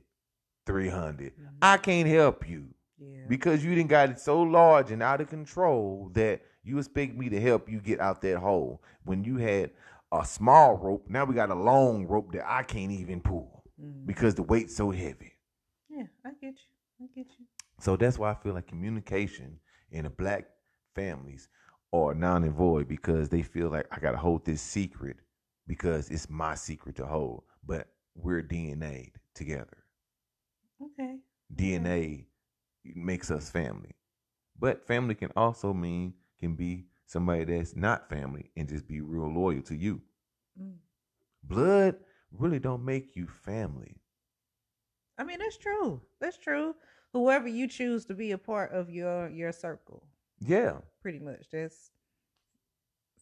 [SPEAKER 1] 300, I can't help you.
[SPEAKER 2] Yeah.
[SPEAKER 1] because you didn't got it so large and out of control that you expect me to help you get out that hole when you had a small rope. Now we got a long rope that I can't even pull
[SPEAKER 2] Mm.
[SPEAKER 1] because the weight's so heavy.
[SPEAKER 2] yeah, I get you. I get you.
[SPEAKER 1] So that's why I feel like communication in the black families are non and void because they feel like I gotta hold this secret because it's my secret to hold. But we're DNA'd together.
[SPEAKER 2] Okay.
[SPEAKER 1] DNA makes us family. But family can also mean can be somebody that's not family and just be real loyal to you.
[SPEAKER 2] Mm.
[SPEAKER 1] Blood really don't make you family.
[SPEAKER 2] I mean, that's true. That's true. Whoever you choose to be a part of your your circle,
[SPEAKER 1] Yeah,
[SPEAKER 2] pretty much. That's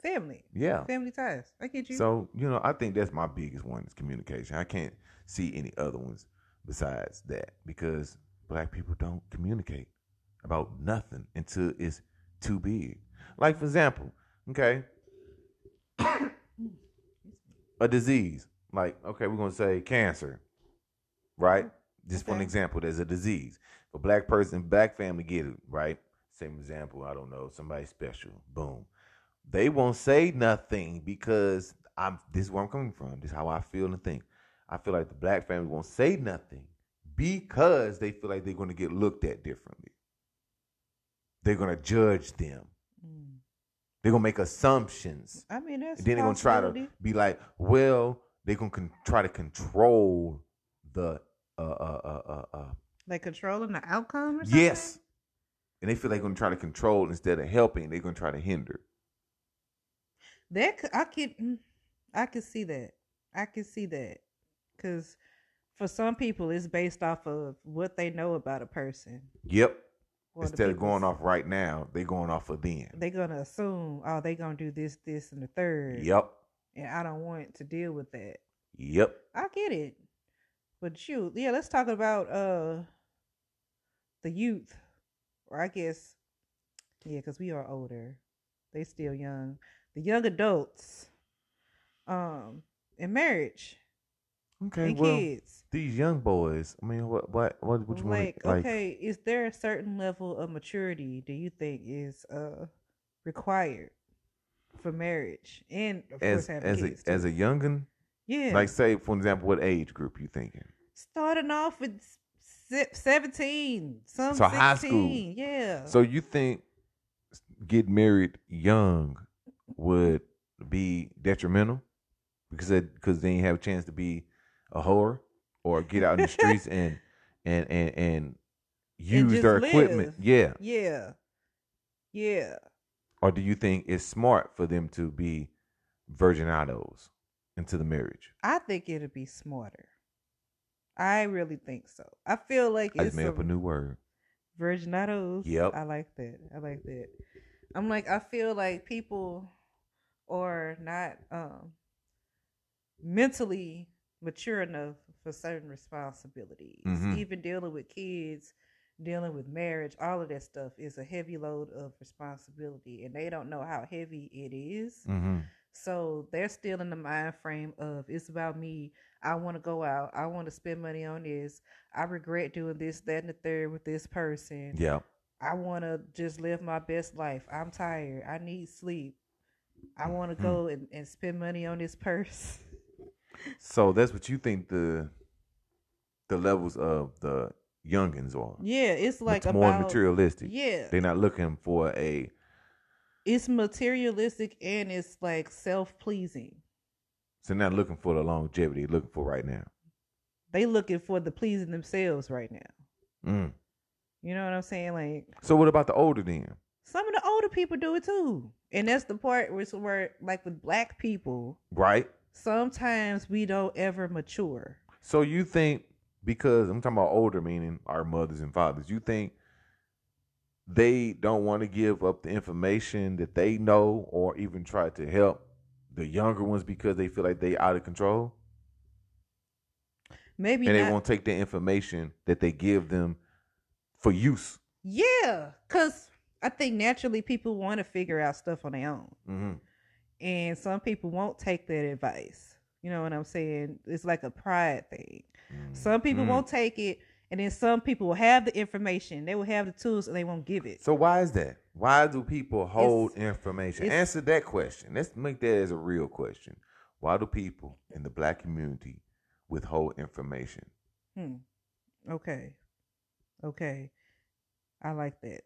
[SPEAKER 2] family.
[SPEAKER 1] yeah.
[SPEAKER 2] Family ties. I get you.
[SPEAKER 1] So, you know, I think that's my biggest one is communication. I can't see any other ones besides that because black people don't communicate about nothing until it's too big. Like, for example, okay, *coughs* a disease, like, okay, we're going to say cancer, right? Just for an
[SPEAKER 2] Okay.
[SPEAKER 1] example, there's a disease. A black person, black family get it, right? Same example, I don't know, somebody special, boom. They won't say nothing because I'm this is where I'm coming from. This is how I feel and think. I feel like the black family won't say nothing because they feel like they're gonna get looked at differently. They're gonna judge them.
[SPEAKER 2] Mm.
[SPEAKER 1] They're gonna make assumptions.
[SPEAKER 2] I mean, that's
[SPEAKER 1] And then they're gonna try to
[SPEAKER 2] possibility.
[SPEAKER 1] be like, well, they're gonna con- try to control the uh uh uh uh, uh
[SPEAKER 2] like controlling the outcome. Or something?
[SPEAKER 1] Yes. And they feel they're gonna try to control instead of helping, they're gonna try to hinder.
[SPEAKER 2] That c- I could, mm, I could see that. I could see that because for some people, it's based off of what they know about a person.
[SPEAKER 1] Yep.
[SPEAKER 2] or the
[SPEAKER 1] instead of
[SPEAKER 2] people's-
[SPEAKER 1] going off right now, they're going off of then.
[SPEAKER 2] they gonna assume, oh, they gonna do this, this, and the third.
[SPEAKER 1] Yep.
[SPEAKER 2] And I don't want to deal with that.
[SPEAKER 1] Yep.
[SPEAKER 2] I get it. But shoot, yeah, let's talk about uh the youth. Or I guess yeah, because we are older. They still young. The young adults. Um in marriage
[SPEAKER 1] Okay.
[SPEAKER 2] and
[SPEAKER 1] well,
[SPEAKER 2] kids.
[SPEAKER 1] these young boys. I mean, what, what, what would you
[SPEAKER 2] Like,
[SPEAKER 1] want?
[SPEAKER 2] okay, is there a certain level of maturity do you think is uh required for marriage? And of
[SPEAKER 1] as
[SPEAKER 2] course having
[SPEAKER 1] as a,
[SPEAKER 2] kids. too.
[SPEAKER 1] as a youngin,
[SPEAKER 2] yeah.
[SPEAKER 1] like say for example, what age group you thinking?
[SPEAKER 2] starting off with se- 17 some
[SPEAKER 1] So
[SPEAKER 2] 16
[SPEAKER 1] high school.
[SPEAKER 2] yeah
[SPEAKER 1] So you think get married young would be detrimental because that, because then you have a chance to be a whore or get out in the streets
[SPEAKER 2] *laughs*
[SPEAKER 1] and and and and use
[SPEAKER 2] just
[SPEAKER 1] their equipment.
[SPEAKER 2] live.
[SPEAKER 1] Yeah.
[SPEAKER 2] yeah yeah
[SPEAKER 1] or do you think it's smart for them to be virginados into the marriage?
[SPEAKER 2] i think it'll be smarter i really think so i feel like
[SPEAKER 1] I
[SPEAKER 2] it's
[SPEAKER 1] just made up a
[SPEAKER 2] some
[SPEAKER 1] new word.
[SPEAKER 2] virginados
[SPEAKER 1] Yep.
[SPEAKER 2] i like that i like that i'm like i feel like people are not um mentally mature enough for certain responsibilities.
[SPEAKER 1] Mhm.
[SPEAKER 2] Even dealing with kids, dealing with marriage, all of that stuff is a heavy load of responsibility, and they don't know how heavy it is. *laughs*
[SPEAKER 1] Mm-hmm.
[SPEAKER 2] So they're still in the mind frame of it's about me. I want to go out. I want to spend money on this. I regret doing this, that, and the third with this person.
[SPEAKER 1] Yeah.
[SPEAKER 2] I want to just live my best life. I'm tired. I need sleep. I want to
[SPEAKER 1] Mhm.
[SPEAKER 2] go and, and spend money on this purse. *laughs*
[SPEAKER 1] So that's what you think the the levels of the youngins are.
[SPEAKER 2] Yeah, it's like
[SPEAKER 1] it's more
[SPEAKER 2] about
[SPEAKER 1] materialistic.
[SPEAKER 2] yeah,
[SPEAKER 1] They're not looking for a
[SPEAKER 2] it's materialistic and it's like self pleasing.
[SPEAKER 1] so they're not looking for the longevity they're looking for right now.
[SPEAKER 2] They looking for the pleasing themselves right now.
[SPEAKER 1] Mm.
[SPEAKER 2] You know what I'm saying? Like
[SPEAKER 1] So what about the older then?
[SPEAKER 2] some of the older people do it too, and that's the part where, it's where like with black people,
[SPEAKER 1] Right?
[SPEAKER 2] sometimes we don't ever mature.
[SPEAKER 1] So you think because I'm talking about older, meaning our mothers and fathers, you think they don't want to give up the information that they know or even try to help the younger ones because they feel like they out of control
[SPEAKER 2] Maybe
[SPEAKER 1] and
[SPEAKER 2] not.
[SPEAKER 1] they won't take the information that they give them for use.
[SPEAKER 2] yeah, because I think naturally people want to figure out stuff on their own.
[SPEAKER 1] Mm-hmm.
[SPEAKER 2] and some people won't take that
[SPEAKER 1] Mm.
[SPEAKER 2] advice. You know what I'm saying? It's like a pride thing. Some people won't take it And then some people will have the information, they will have the tools, and they won't give it.
[SPEAKER 1] So why is that? Why do people hold information?
[SPEAKER 2] it's-
[SPEAKER 1] Answer that question. Let's make that as a real question. Why do people in the black community withhold information?
[SPEAKER 2] Hmm. Okay. Okay. I like that.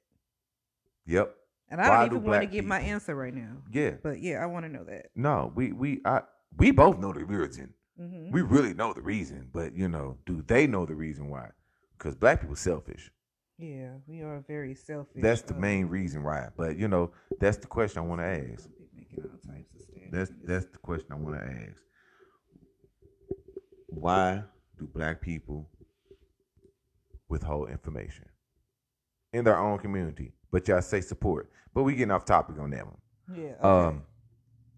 [SPEAKER 1] Yep.
[SPEAKER 2] And I
[SPEAKER 1] Why
[SPEAKER 2] don't
[SPEAKER 1] do
[SPEAKER 2] even want to
[SPEAKER 1] black
[SPEAKER 2] give my
[SPEAKER 1] people-
[SPEAKER 2] answer right now.
[SPEAKER 1] Yeah.
[SPEAKER 2] But yeah, I want to know that.
[SPEAKER 1] No, we we I we both know the reason.
[SPEAKER 2] Mm-hmm.
[SPEAKER 1] We really know the reason, but you know, do they know the reason why? Because black people selfish.
[SPEAKER 2] Yeah, we are very selfish.
[SPEAKER 1] That's the
[SPEAKER 2] uh,
[SPEAKER 1] main reason why. But you know, that's the question I want to ask.
[SPEAKER 2] we making all types of standards.
[SPEAKER 1] That's that's the question I want to ask. Why do black people withhold information in their own community? But y'all say support. But we getting off topic on that one.
[SPEAKER 2] yeah. Okay.
[SPEAKER 1] Um,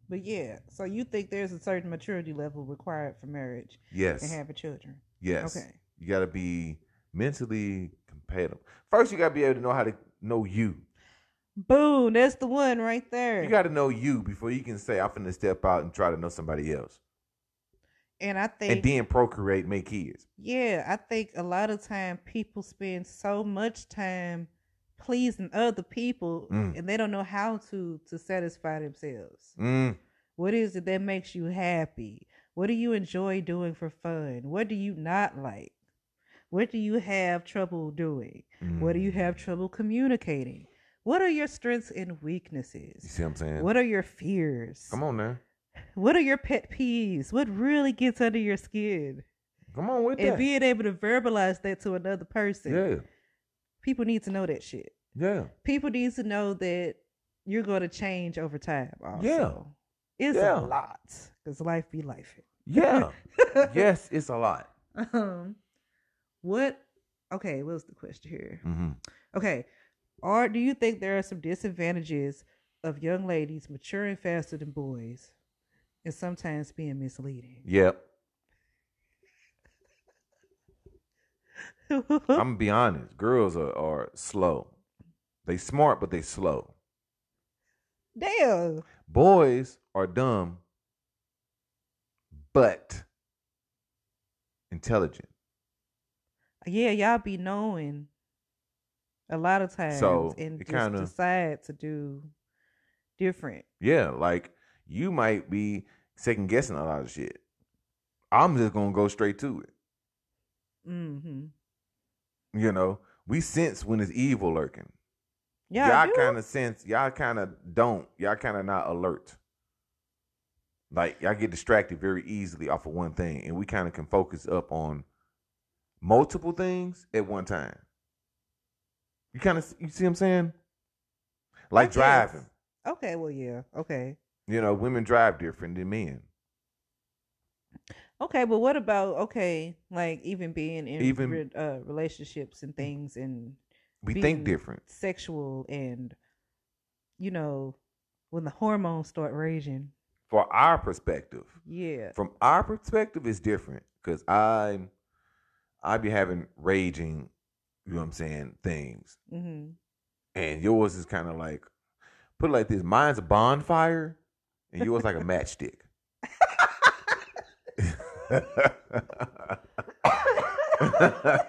[SPEAKER 2] but yeah, so you think there's a certain maturity level required for marriage
[SPEAKER 1] yes,
[SPEAKER 2] and having children?
[SPEAKER 1] yes.
[SPEAKER 2] Okay.
[SPEAKER 1] You gotta be mentally compatible. First, you gotta be able to know how to know you.
[SPEAKER 2] Boom, that's the one right there.
[SPEAKER 1] You gotta know you before you can say I'm finna step out and try to know somebody else,
[SPEAKER 2] and I think
[SPEAKER 1] and then procreate, make kids.
[SPEAKER 2] Yeah, I think a lot of time people spend so much time pleasing other people
[SPEAKER 1] Mm.
[SPEAKER 2] and they don't know how to to satisfy themselves.
[SPEAKER 1] Mm,
[SPEAKER 2] What is it that makes you happy? What do you enjoy doing for fun? What do you not like? What do you have trouble doing? What do you
[SPEAKER 1] Mm.
[SPEAKER 2] have trouble communicating? What are your strengths and
[SPEAKER 1] You
[SPEAKER 2] weaknesses?
[SPEAKER 1] see what I'm saying?
[SPEAKER 2] What are your fears?
[SPEAKER 1] Come on now.
[SPEAKER 2] What are your pet peeves? What really gets under your skin?
[SPEAKER 1] Come on with
[SPEAKER 2] and
[SPEAKER 1] that.
[SPEAKER 2] being able to verbalize that to another person.
[SPEAKER 1] yeah,
[SPEAKER 2] People need to know that shit.
[SPEAKER 1] yeah.
[SPEAKER 2] People need to know that you're going to change over time. Also. It's
[SPEAKER 1] Yeah.
[SPEAKER 2] a lot because life be life.
[SPEAKER 1] *laughs* Yeah. yes, it's a lot.
[SPEAKER 2] Um, what? Okay, what was the question here?
[SPEAKER 1] Mm-hmm.
[SPEAKER 2] Okay, are do you think there are some disadvantages of young ladies maturing faster than boys, and sometimes being misleading?
[SPEAKER 1] Yep. I'm gonna be honest. Girls are, are slow. They smart, but they slow.
[SPEAKER 2] *laughs* Damn.
[SPEAKER 1] Boys are dumb, but intelligent.
[SPEAKER 2] yeah, y'all be knowing a lot of times
[SPEAKER 1] So,
[SPEAKER 2] and
[SPEAKER 1] it
[SPEAKER 2] just
[SPEAKER 1] kinda-
[SPEAKER 2] decide to do different.
[SPEAKER 1] Yeah, like you might be second guessing a lot of shit. I'm just gonna go straight to it.
[SPEAKER 2] Mm-hmm.
[SPEAKER 1] You know, we sense when it's evil lurking.
[SPEAKER 2] Y'all,
[SPEAKER 1] y'all
[SPEAKER 2] do?
[SPEAKER 1] kind of sense y'all kind of don't y'all kind of not alert like y'all get distracted very easily off of one thing and we kind of can focus up on multiple things at one time you kind of you see what i'm saying like
[SPEAKER 2] guess.
[SPEAKER 1] driving
[SPEAKER 2] okay. Well, yeah. Okay.
[SPEAKER 1] you know women drive different than men
[SPEAKER 2] Okay, but what about okay, like even being in
[SPEAKER 1] Even- Mm.
[SPEAKER 2] re- uh, relationships and things and
[SPEAKER 1] we think
[SPEAKER 2] Being-
[SPEAKER 1] different
[SPEAKER 2] sexual and you know when the hormones start raging.
[SPEAKER 1] for our perspective
[SPEAKER 2] Yeah.
[SPEAKER 1] from our perspective it's different because i i be having raging you know what i'm saying things
[SPEAKER 2] Mm-hmm.
[SPEAKER 1] and yours is kind of like put it like this mine's a bonfire and yours like a
[SPEAKER 2] *laughs*
[SPEAKER 1] matchstick *laughs*
[SPEAKER 2] oh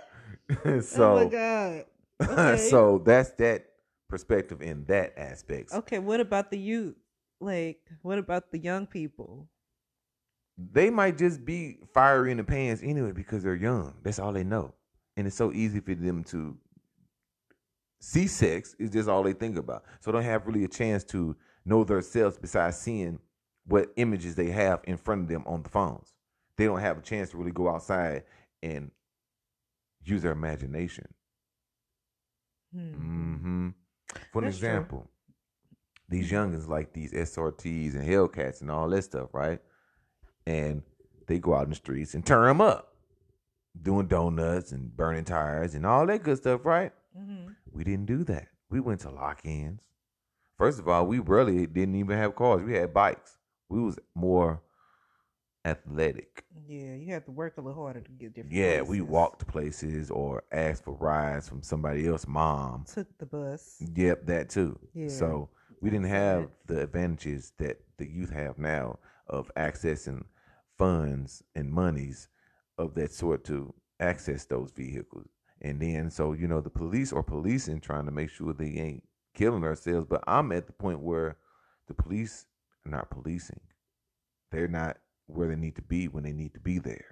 [SPEAKER 2] my
[SPEAKER 1] so *laughs*
[SPEAKER 2] god. okay.
[SPEAKER 1] so that's that perspective in that aspect
[SPEAKER 2] Okay, what about the youth? Like, what about the young people?
[SPEAKER 1] they might just be fiery in the pants anyway because they're young that's all they know and it's so easy for them to see sex is just all they think about so they don't have really a chance to know themselves besides seeing what images they have in front of them on the phones they don't have a chance to really go outside and use their imagination
[SPEAKER 2] Hmm.
[SPEAKER 1] hmm for an
[SPEAKER 2] That's true.
[SPEAKER 1] example these youngins like these srts and hellcats and all that stuff right and they go out in the streets and turn them up doing donuts and burning tires and all that good stuff right
[SPEAKER 2] hmm
[SPEAKER 1] we didn't do that. We went to lock-ins. First of all, we really didn't even have cars. We had bikes. We was more athletic.
[SPEAKER 2] Yeah, you have to work a little harder to get different.
[SPEAKER 1] Yeah, we
[SPEAKER 2] places.
[SPEAKER 1] walked places or asked for rides from somebody else's mom.
[SPEAKER 2] Took the bus.
[SPEAKER 1] Yep, that too.
[SPEAKER 2] Yeah.
[SPEAKER 1] So we didn't have
[SPEAKER 2] Right.
[SPEAKER 1] the advantages that the youth have now of accessing funds and monies of that sort to access those vehicles. And then so you know the police are policing, trying to make sure they ain't killing ourselves. But I'm at the point where the police are not policing; they're not where they need to be when they need to be there.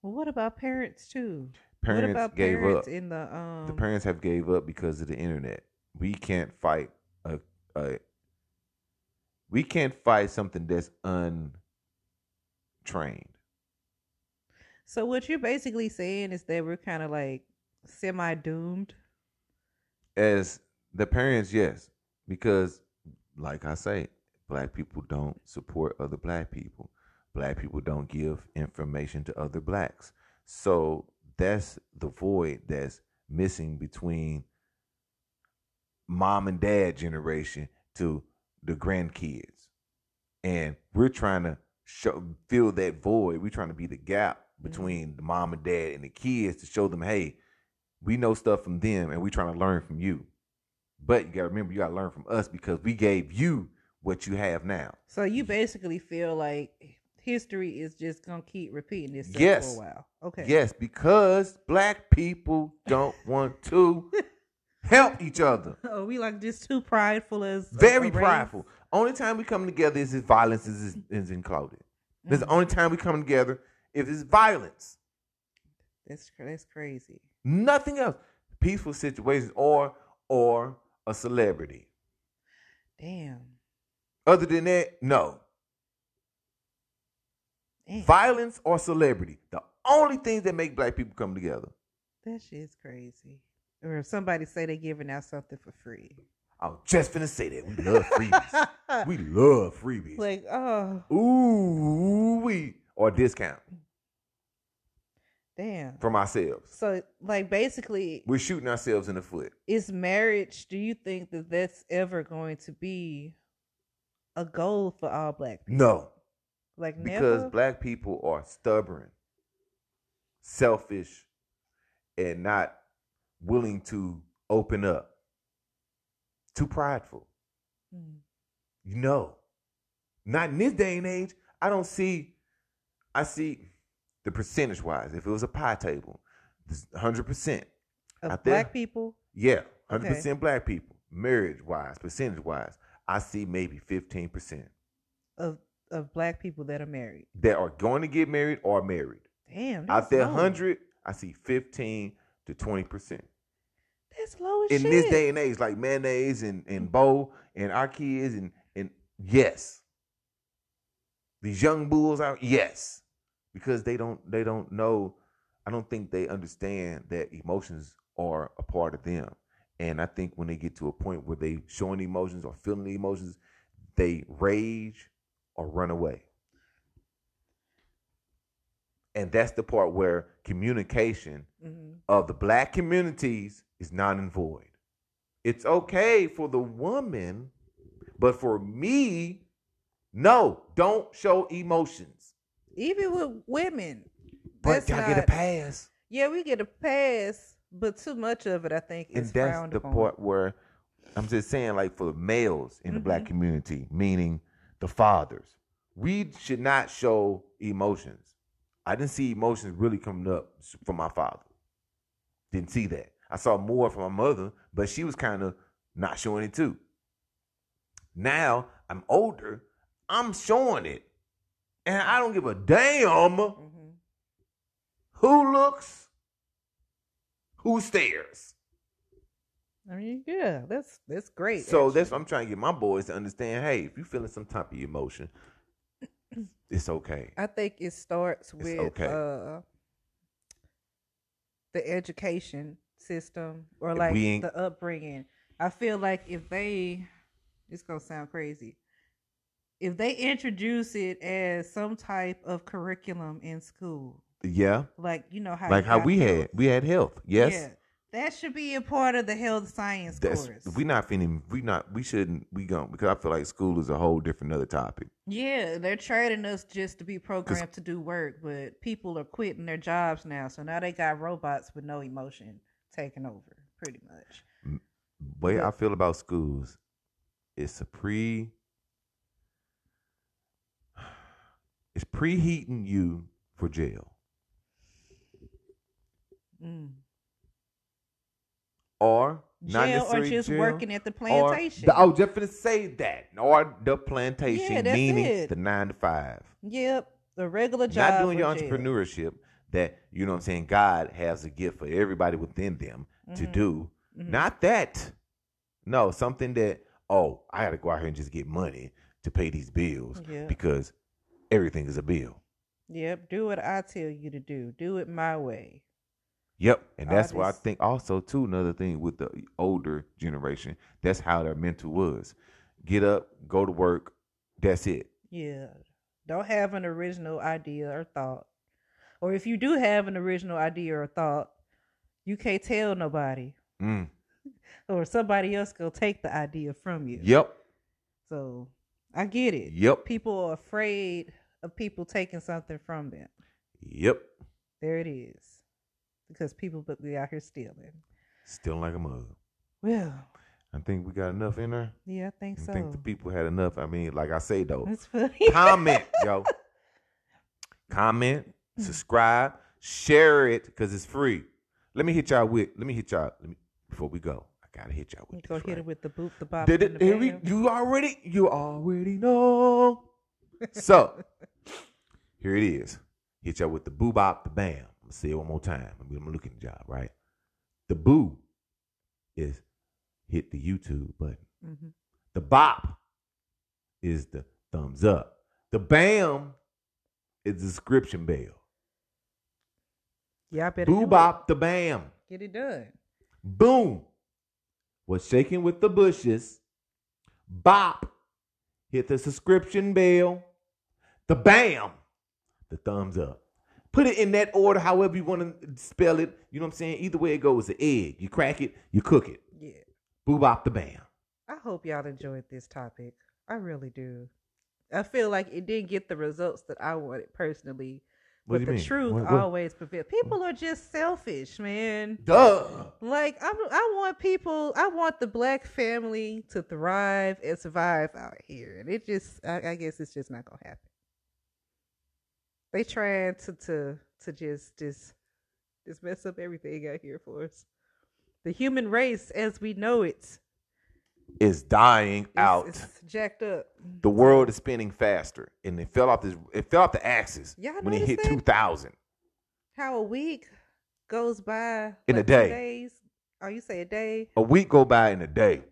[SPEAKER 2] Well, what about parents too?
[SPEAKER 1] Parents
[SPEAKER 2] what about
[SPEAKER 1] gave
[SPEAKER 2] parents
[SPEAKER 1] up.
[SPEAKER 2] in the um
[SPEAKER 1] the parents have gave up because of the internet. We can't fight a, a we can't fight something that's untrained.
[SPEAKER 2] So what you're basically saying is that we're kind of like semi doomed.
[SPEAKER 1] As the parents, yes, because like I say, black people don't support other black people. Black people don't give information to other blacks. So that's the void that's missing between mom and dad generation to the grandkids. And we're trying to show, fill that void. We're trying to be the gap between the mom and dad and the kids to show them, hey, we know stuff from them and we're trying to learn from you. But you got to remember, you got to learn from us because we gave you what you have now.
[SPEAKER 2] So you basically feel like history is just gonna keep repeating itself
[SPEAKER 1] Yes.
[SPEAKER 2] for a while. Okay.
[SPEAKER 1] Yes, because black people don't want
[SPEAKER 2] *laughs*
[SPEAKER 1] to help each other.
[SPEAKER 2] *laughs* Oh, we like just too prideful as a-
[SPEAKER 1] Very
[SPEAKER 2] a race?
[SPEAKER 1] prideful. Only time we come together is if violence is, is included. That's
[SPEAKER 2] Mm.
[SPEAKER 1] the only time we come together if it's violence.
[SPEAKER 2] That's cra- that's crazy.
[SPEAKER 1] Nothing else. Peaceful situations or or a celebrity.
[SPEAKER 2] Damn.
[SPEAKER 1] Other than that, no.
[SPEAKER 2] Damn.
[SPEAKER 1] Violence or celebrity. The only things that make black people come together.
[SPEAKER 2] That shit's crazy. Or if somebody say they giving out something for
[SPEAKER 1] *laughs*
[SPEAKER 2] free. *laughs*
[SPEAKER 1] I was just finna say that. We love freebies. we love freebies.
[SPEAKER 2] like, oh
[SPEAKER 1] Ooh we or discount
[SPEAKER 2] damn.
[SPEAKER 1] from ourselves.
[SPEAKER 2] So like basically
[SPEAKER 1] We're shooting ourselves in the foot.
[SPEAKER 2] is marriage do you think that that's ever going to be a goal for all black people
[SPEAKER 1] No.
[SPEAKER 2] like
[SPEAKER 1] Because
[SPEAKER 2] never
[SPEAKER 1] black people are stubborn, selfish, and not willing to open up. Too prideful.
[SPEAKER 2] Mm.
[SPEAKER 1] You know. Not in this day and age. I don't see I see the percentage wise. If it was a pie table, hundred percent.
[SPEAKER 2] of
[SPEAKER 1] out there.
[SPEAKER 2] black people
[SPEAKER 1] Yeah, hundred
[SPEAKER 2] Okay.
[SPEAKER 1] percent black people, marriage wise, percentage wise, I see maybe fifteen percent
[SPEAKER 2] of of black people that are married
[SPEAKER 1] that are going to get married or married.
[SPEAKER 2] damn
[SPEAKER 1] Out
[SPEAKER 2] that's
[SPEAKER 1] there,
[SPEAKER 2] low.
[SPEAKER 1] hundred, I see fifteen to twenty percent
[SPEAKER 2] that's low as
[SPEAKER 1] in
[SPEAKER 2] Oh, shit.
[SPEAKER 1] this day and age, like mayonnaise and and bow and our kids and and yes, these young bulls out yes, because they don't they don't know. I don't think they understand that emotions are a part of them, and I think when they get to a point where they showing emotions or feeling the emotions, they rage or run away. And that's the part where communication
[SPEAKER 2] Mhm.
[SPEAKER 1] of the black communities is not in void. It's okay for the woman, but for me, no, don't show emotions.
[SPEAKER 2] even with women
[SPEAKER 1] But
[SPEAKER 2] that's
[SPEAKER 1] y'all
[SPEAKER 2] not,
[SPEAKER 1] get a pass.
[SPEAKER 2] yeah we get a pass but too much of it i think
[SPEAKER 1] And
[SPEAKER 2] is
[SPEAKER 1] that's
[SPEAKER 2] frowned
[SPEAKER 1] the
[SPEAKER 2] upon.
[SPEAKER 1] part where I'm just saying, like for the males in the black
[SPEAKER 2] Mm-hmm.
[SPEAKER 1] community, meaning the fathers, we should not show emotions. I didn't see emotions really coming up s- from my father. Didn't see that. I saw more from my mother, but she was kind of not showing it too. Now I'm older, I'm showing it. And I don't give a damn
[SPEAKER 2] Mhm.
[SPEAKER 1] who looks, who stares.
[SPEAKER 2] i mean yeah that's that's great
[SPEAKER 1] So
[SPEAKER 2] actually.
[SPEAKER 1] that's what I'm trying to get my boys to understand. Hey, if you feeling some type of emotion, it's okay.
[SPEAKER 2] I think it starts with
[SPEAKER 1] okay.
[SPEAKER 2] uh, the education system or
[SPEAKER 1] And
[SPEAKER 2] like
[SPEAKER 1] we ain't-
[SPEAKER 2] the upbringing. I feel like if they, it's gonna sound crazy, if they introduce it as some type of curriculum in school,
[SPEAKER 1] Yeah,
[SPEAKER 2] like you know how
[SPEAKER 1] like
[SPEAKER 2] you
[SPEAKER 1] how
[SPEAKER 2] got
[SPEAKER 1] we
[SPEAKER 2] health-
[SPEAKER 1] had we had health. Yes,
[SPEAKER 2] yeah, that should be a part of the health science
[SPEAKER 1] that's
[SPEAKER 2] course.
[SPEAKER 1] we not feeling we not we shouldn't we going because I feel like school is a whole different other topic.
[SPEAKER 2] Yeah, they're training us just to be programmed to do work, but people are quitting their jobs now, so now they got robots with no emotion taking over, pretty much.
[SPEAKER 1] way I feel about schools, it's a pre, it's preheating you for jail.
[SPEAKER 2] Mm.
[SPEAKER 1] or not
[SPEAKER 2] Jail or
[SPEAKER 1] necessarily
[SPEAKER 2] just
[SPEAKER 1] jail,
[SPEAKER 2] working at the
[SPEAKER 1] or
[SPEAKER 2] plantation.
[SPEAKER 1] the- I was just gonna say that, or the plantation,
[SPEAKER 2] Yeah, that's
[SPEAKER 1] meaning
[SPEAKER 2] it.
[SPEAKER 1] the nine to five.
[SPEAKER 2] Yep, the regular job.
[SPEAKER 1] Not doing your
[SPEAKER 2] with jail.
[SPEAKER 1] entrepreneurship that you know what I'm saying. God has a gift for everybody within them to
[SPEAKER 2] Mhm,
[SPEAKER 1] do.
[SPEAKER 2] mhm.
[SPEAKER 1] Not that. No, something that oh, I gotta go out here and just get money to pay these bills
[SPEAKER 2] Yep.
[SPEAKER 1] because everything is a bill.
[SPEAKER 2] Yep, do what I tell you to do. Do it my way.
[SPEAKER 1] Yep, and that's why I
[SPEAKER 2] Artists.
[SPEAKER 1] think also too another thing with the older generation. That's how their mental was. Get up, go to work. That's it.
[SPEAKER 2] Yeah. Don't have an original idea or thought. Or if you do have an original idea or thought, you can't tell nobody.
[SPEAKER 1] Mm.
[SPEAKER 2] Or somebody else gonna take the idea from you.
[SPEAKER 1] Yep,
[SPEAKER 2] So I get it.
[SPEAKER 1] yep,
[SPEAKER 2] People are afraid of people taking something from them.
[SPEAKER 1] yep.
[SPEAKER 2] There it is. Because people but be out here stealing.
[SPEAKER 1] Still like a mug.
[SPEAKER 2] Well,
[SPEAKER 1] I think we got enough in there.
[SPEAKER 2] yeah, I think
[SPEAKER 1] I
[SPEAKER 2] so.
[SPEAKER 1] think the
[SPEAKER 2] *laughs*
[SPEAKER 1] people had enough. I mean, like I say though,
[SPEAKER 2] That's funny.
[SPEAKER 1] *laughs* comment,
[SPEAKER 2] *laughs*
[SPEAKER 1] yo. Comment,
[SPEAKER 2] Hmm.
[SPEAKER 1] subscribe, share it because it's free. Let me hit y'all with. Let me hit y'all. Let me before we go. I gotta hit y'all with.
[SPEAKER 2] Go
[SPEAKER 1] this
[SPEAKER 2] hit
[SPEAKER 1] right
[SPEAKER 2] it with the boop, the bop,
[SPEAKER 1] Did
[SPEAKER 2] and
[SPEAKER 1] it,
[SPEAKER 2] the
[SPEAKER 1] here we,
[SPEAKER 2] bam.
[SPEAKER 1] you already you already know. So
[SPEAKER 2] *laughs*
[SPEAKER 1] here it is. Hit y'all with the boo bop the bam. I'm gonna say it one more time. I'm gonna look at the job, right? The boo is hit the YouTube button.
[SPEAKER 2] Mhm.
[SPEAKER 1] The bop is the thumbs up. The bam is the subscription bell.
[SPEAKER 2] Yeah, I better do
[SPEAKER 1] Boo
[SPEAKER 2] it.
[SPEAKER 1] bop the bam.
[SPEAKER 2] Get it done.
[SPEAKER 1] Boom was shaking with the bushes. Bop hit the subscription bell. The bam, the thumbs up. Put it in that order, however you want to spell it. You know what I'm saying? Either way it goes, it's an egg. You crack it, you cook it.
[SPEAKER 2] Yeah.
[SPEAKER 1] Boo bop the bam.
[SPEAKER 2] I hope y'all enjoyed this topic. I really do. I feel like it didn't get the results that I wanted personally.
[SPEAKER 1] What
[SPEAKER 2] but
[SPEAKER 1] do you
[SPEAKER 2] the
[SPEAKER 1] mean?
[SPEAKER 2] truth uh,
[SPEAKER 1] What- what-
[SPEAKER 2] always prevails. People are just selfish, man.
[SPEAKER 1] Duh.
[SPEAKER 2] Like I'm, I want people. I want the black family to thrive and survive out here, and it just. I, I guess it's just not gonna happen. They trying to to to just just just mess up everything out here for us. The human race, as we know it, is-
[SPEAKER 1] Is dying out.
[SPEAKER 2] is jacked up.
[SPEAKER 1] the world is spinning faster, and it fell off this. It fell off the axis
[SPEAKER 2] Y'all
[SPEAKER 1] when it hit
[SPEAKER 2] noticed that?
[SPEAKER 1] 2000.
[SPEAKER 2] How a week goes by
[SPEAKER 1] In a
[SPEAKER 2] like, two
[SPEAKER 1] day.
[SPEAKER 2] Days. Oh, you say a day?
[SPEAKER 1] A week go by in a day.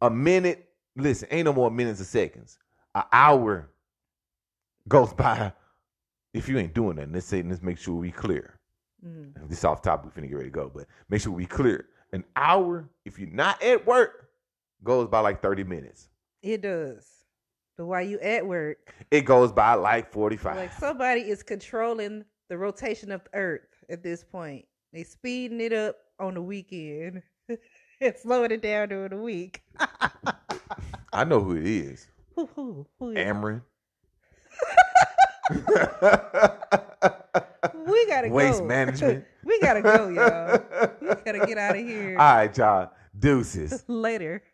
[SPEAKER 1] A minute, listen, ain't no more minutes or seconds. An hour goes *laughs* by if you ain't doing nothing. Let's say, let's make sure we clear.
[SPEAKER 2] Mm.
[SPEAKER 1] This off topic, we finna get ready to go, but make sure we clear. An hour, if you're not at work, goes by like 30 minutes.
[SPEAKER 2] It does. But while you at work,
[SPEAKER 1] It goes by like 45.
[SPEAKER 2] Like somebody is controlling the rotation of the earth at this point. They speeding it up on the weekend *laughs* and slowing it down during the week.
[SPEAKER 1] I know who it is.
[SPEAKER 2] Who- who- who is-
[SPEAKER 1] Amron.
[SPEAKER 2] we gotta
[SPEAKER 1] Waste
[SPEAKER 2] go. *laughs*
[SPEAKER 1] management. *laughs*
[SPEAKER 2] we gotta go, y'all. We gotta get out of here
[SPEAKER 1] All right, y'all. Deuces.
[SPEAKER 2] *laughs* later.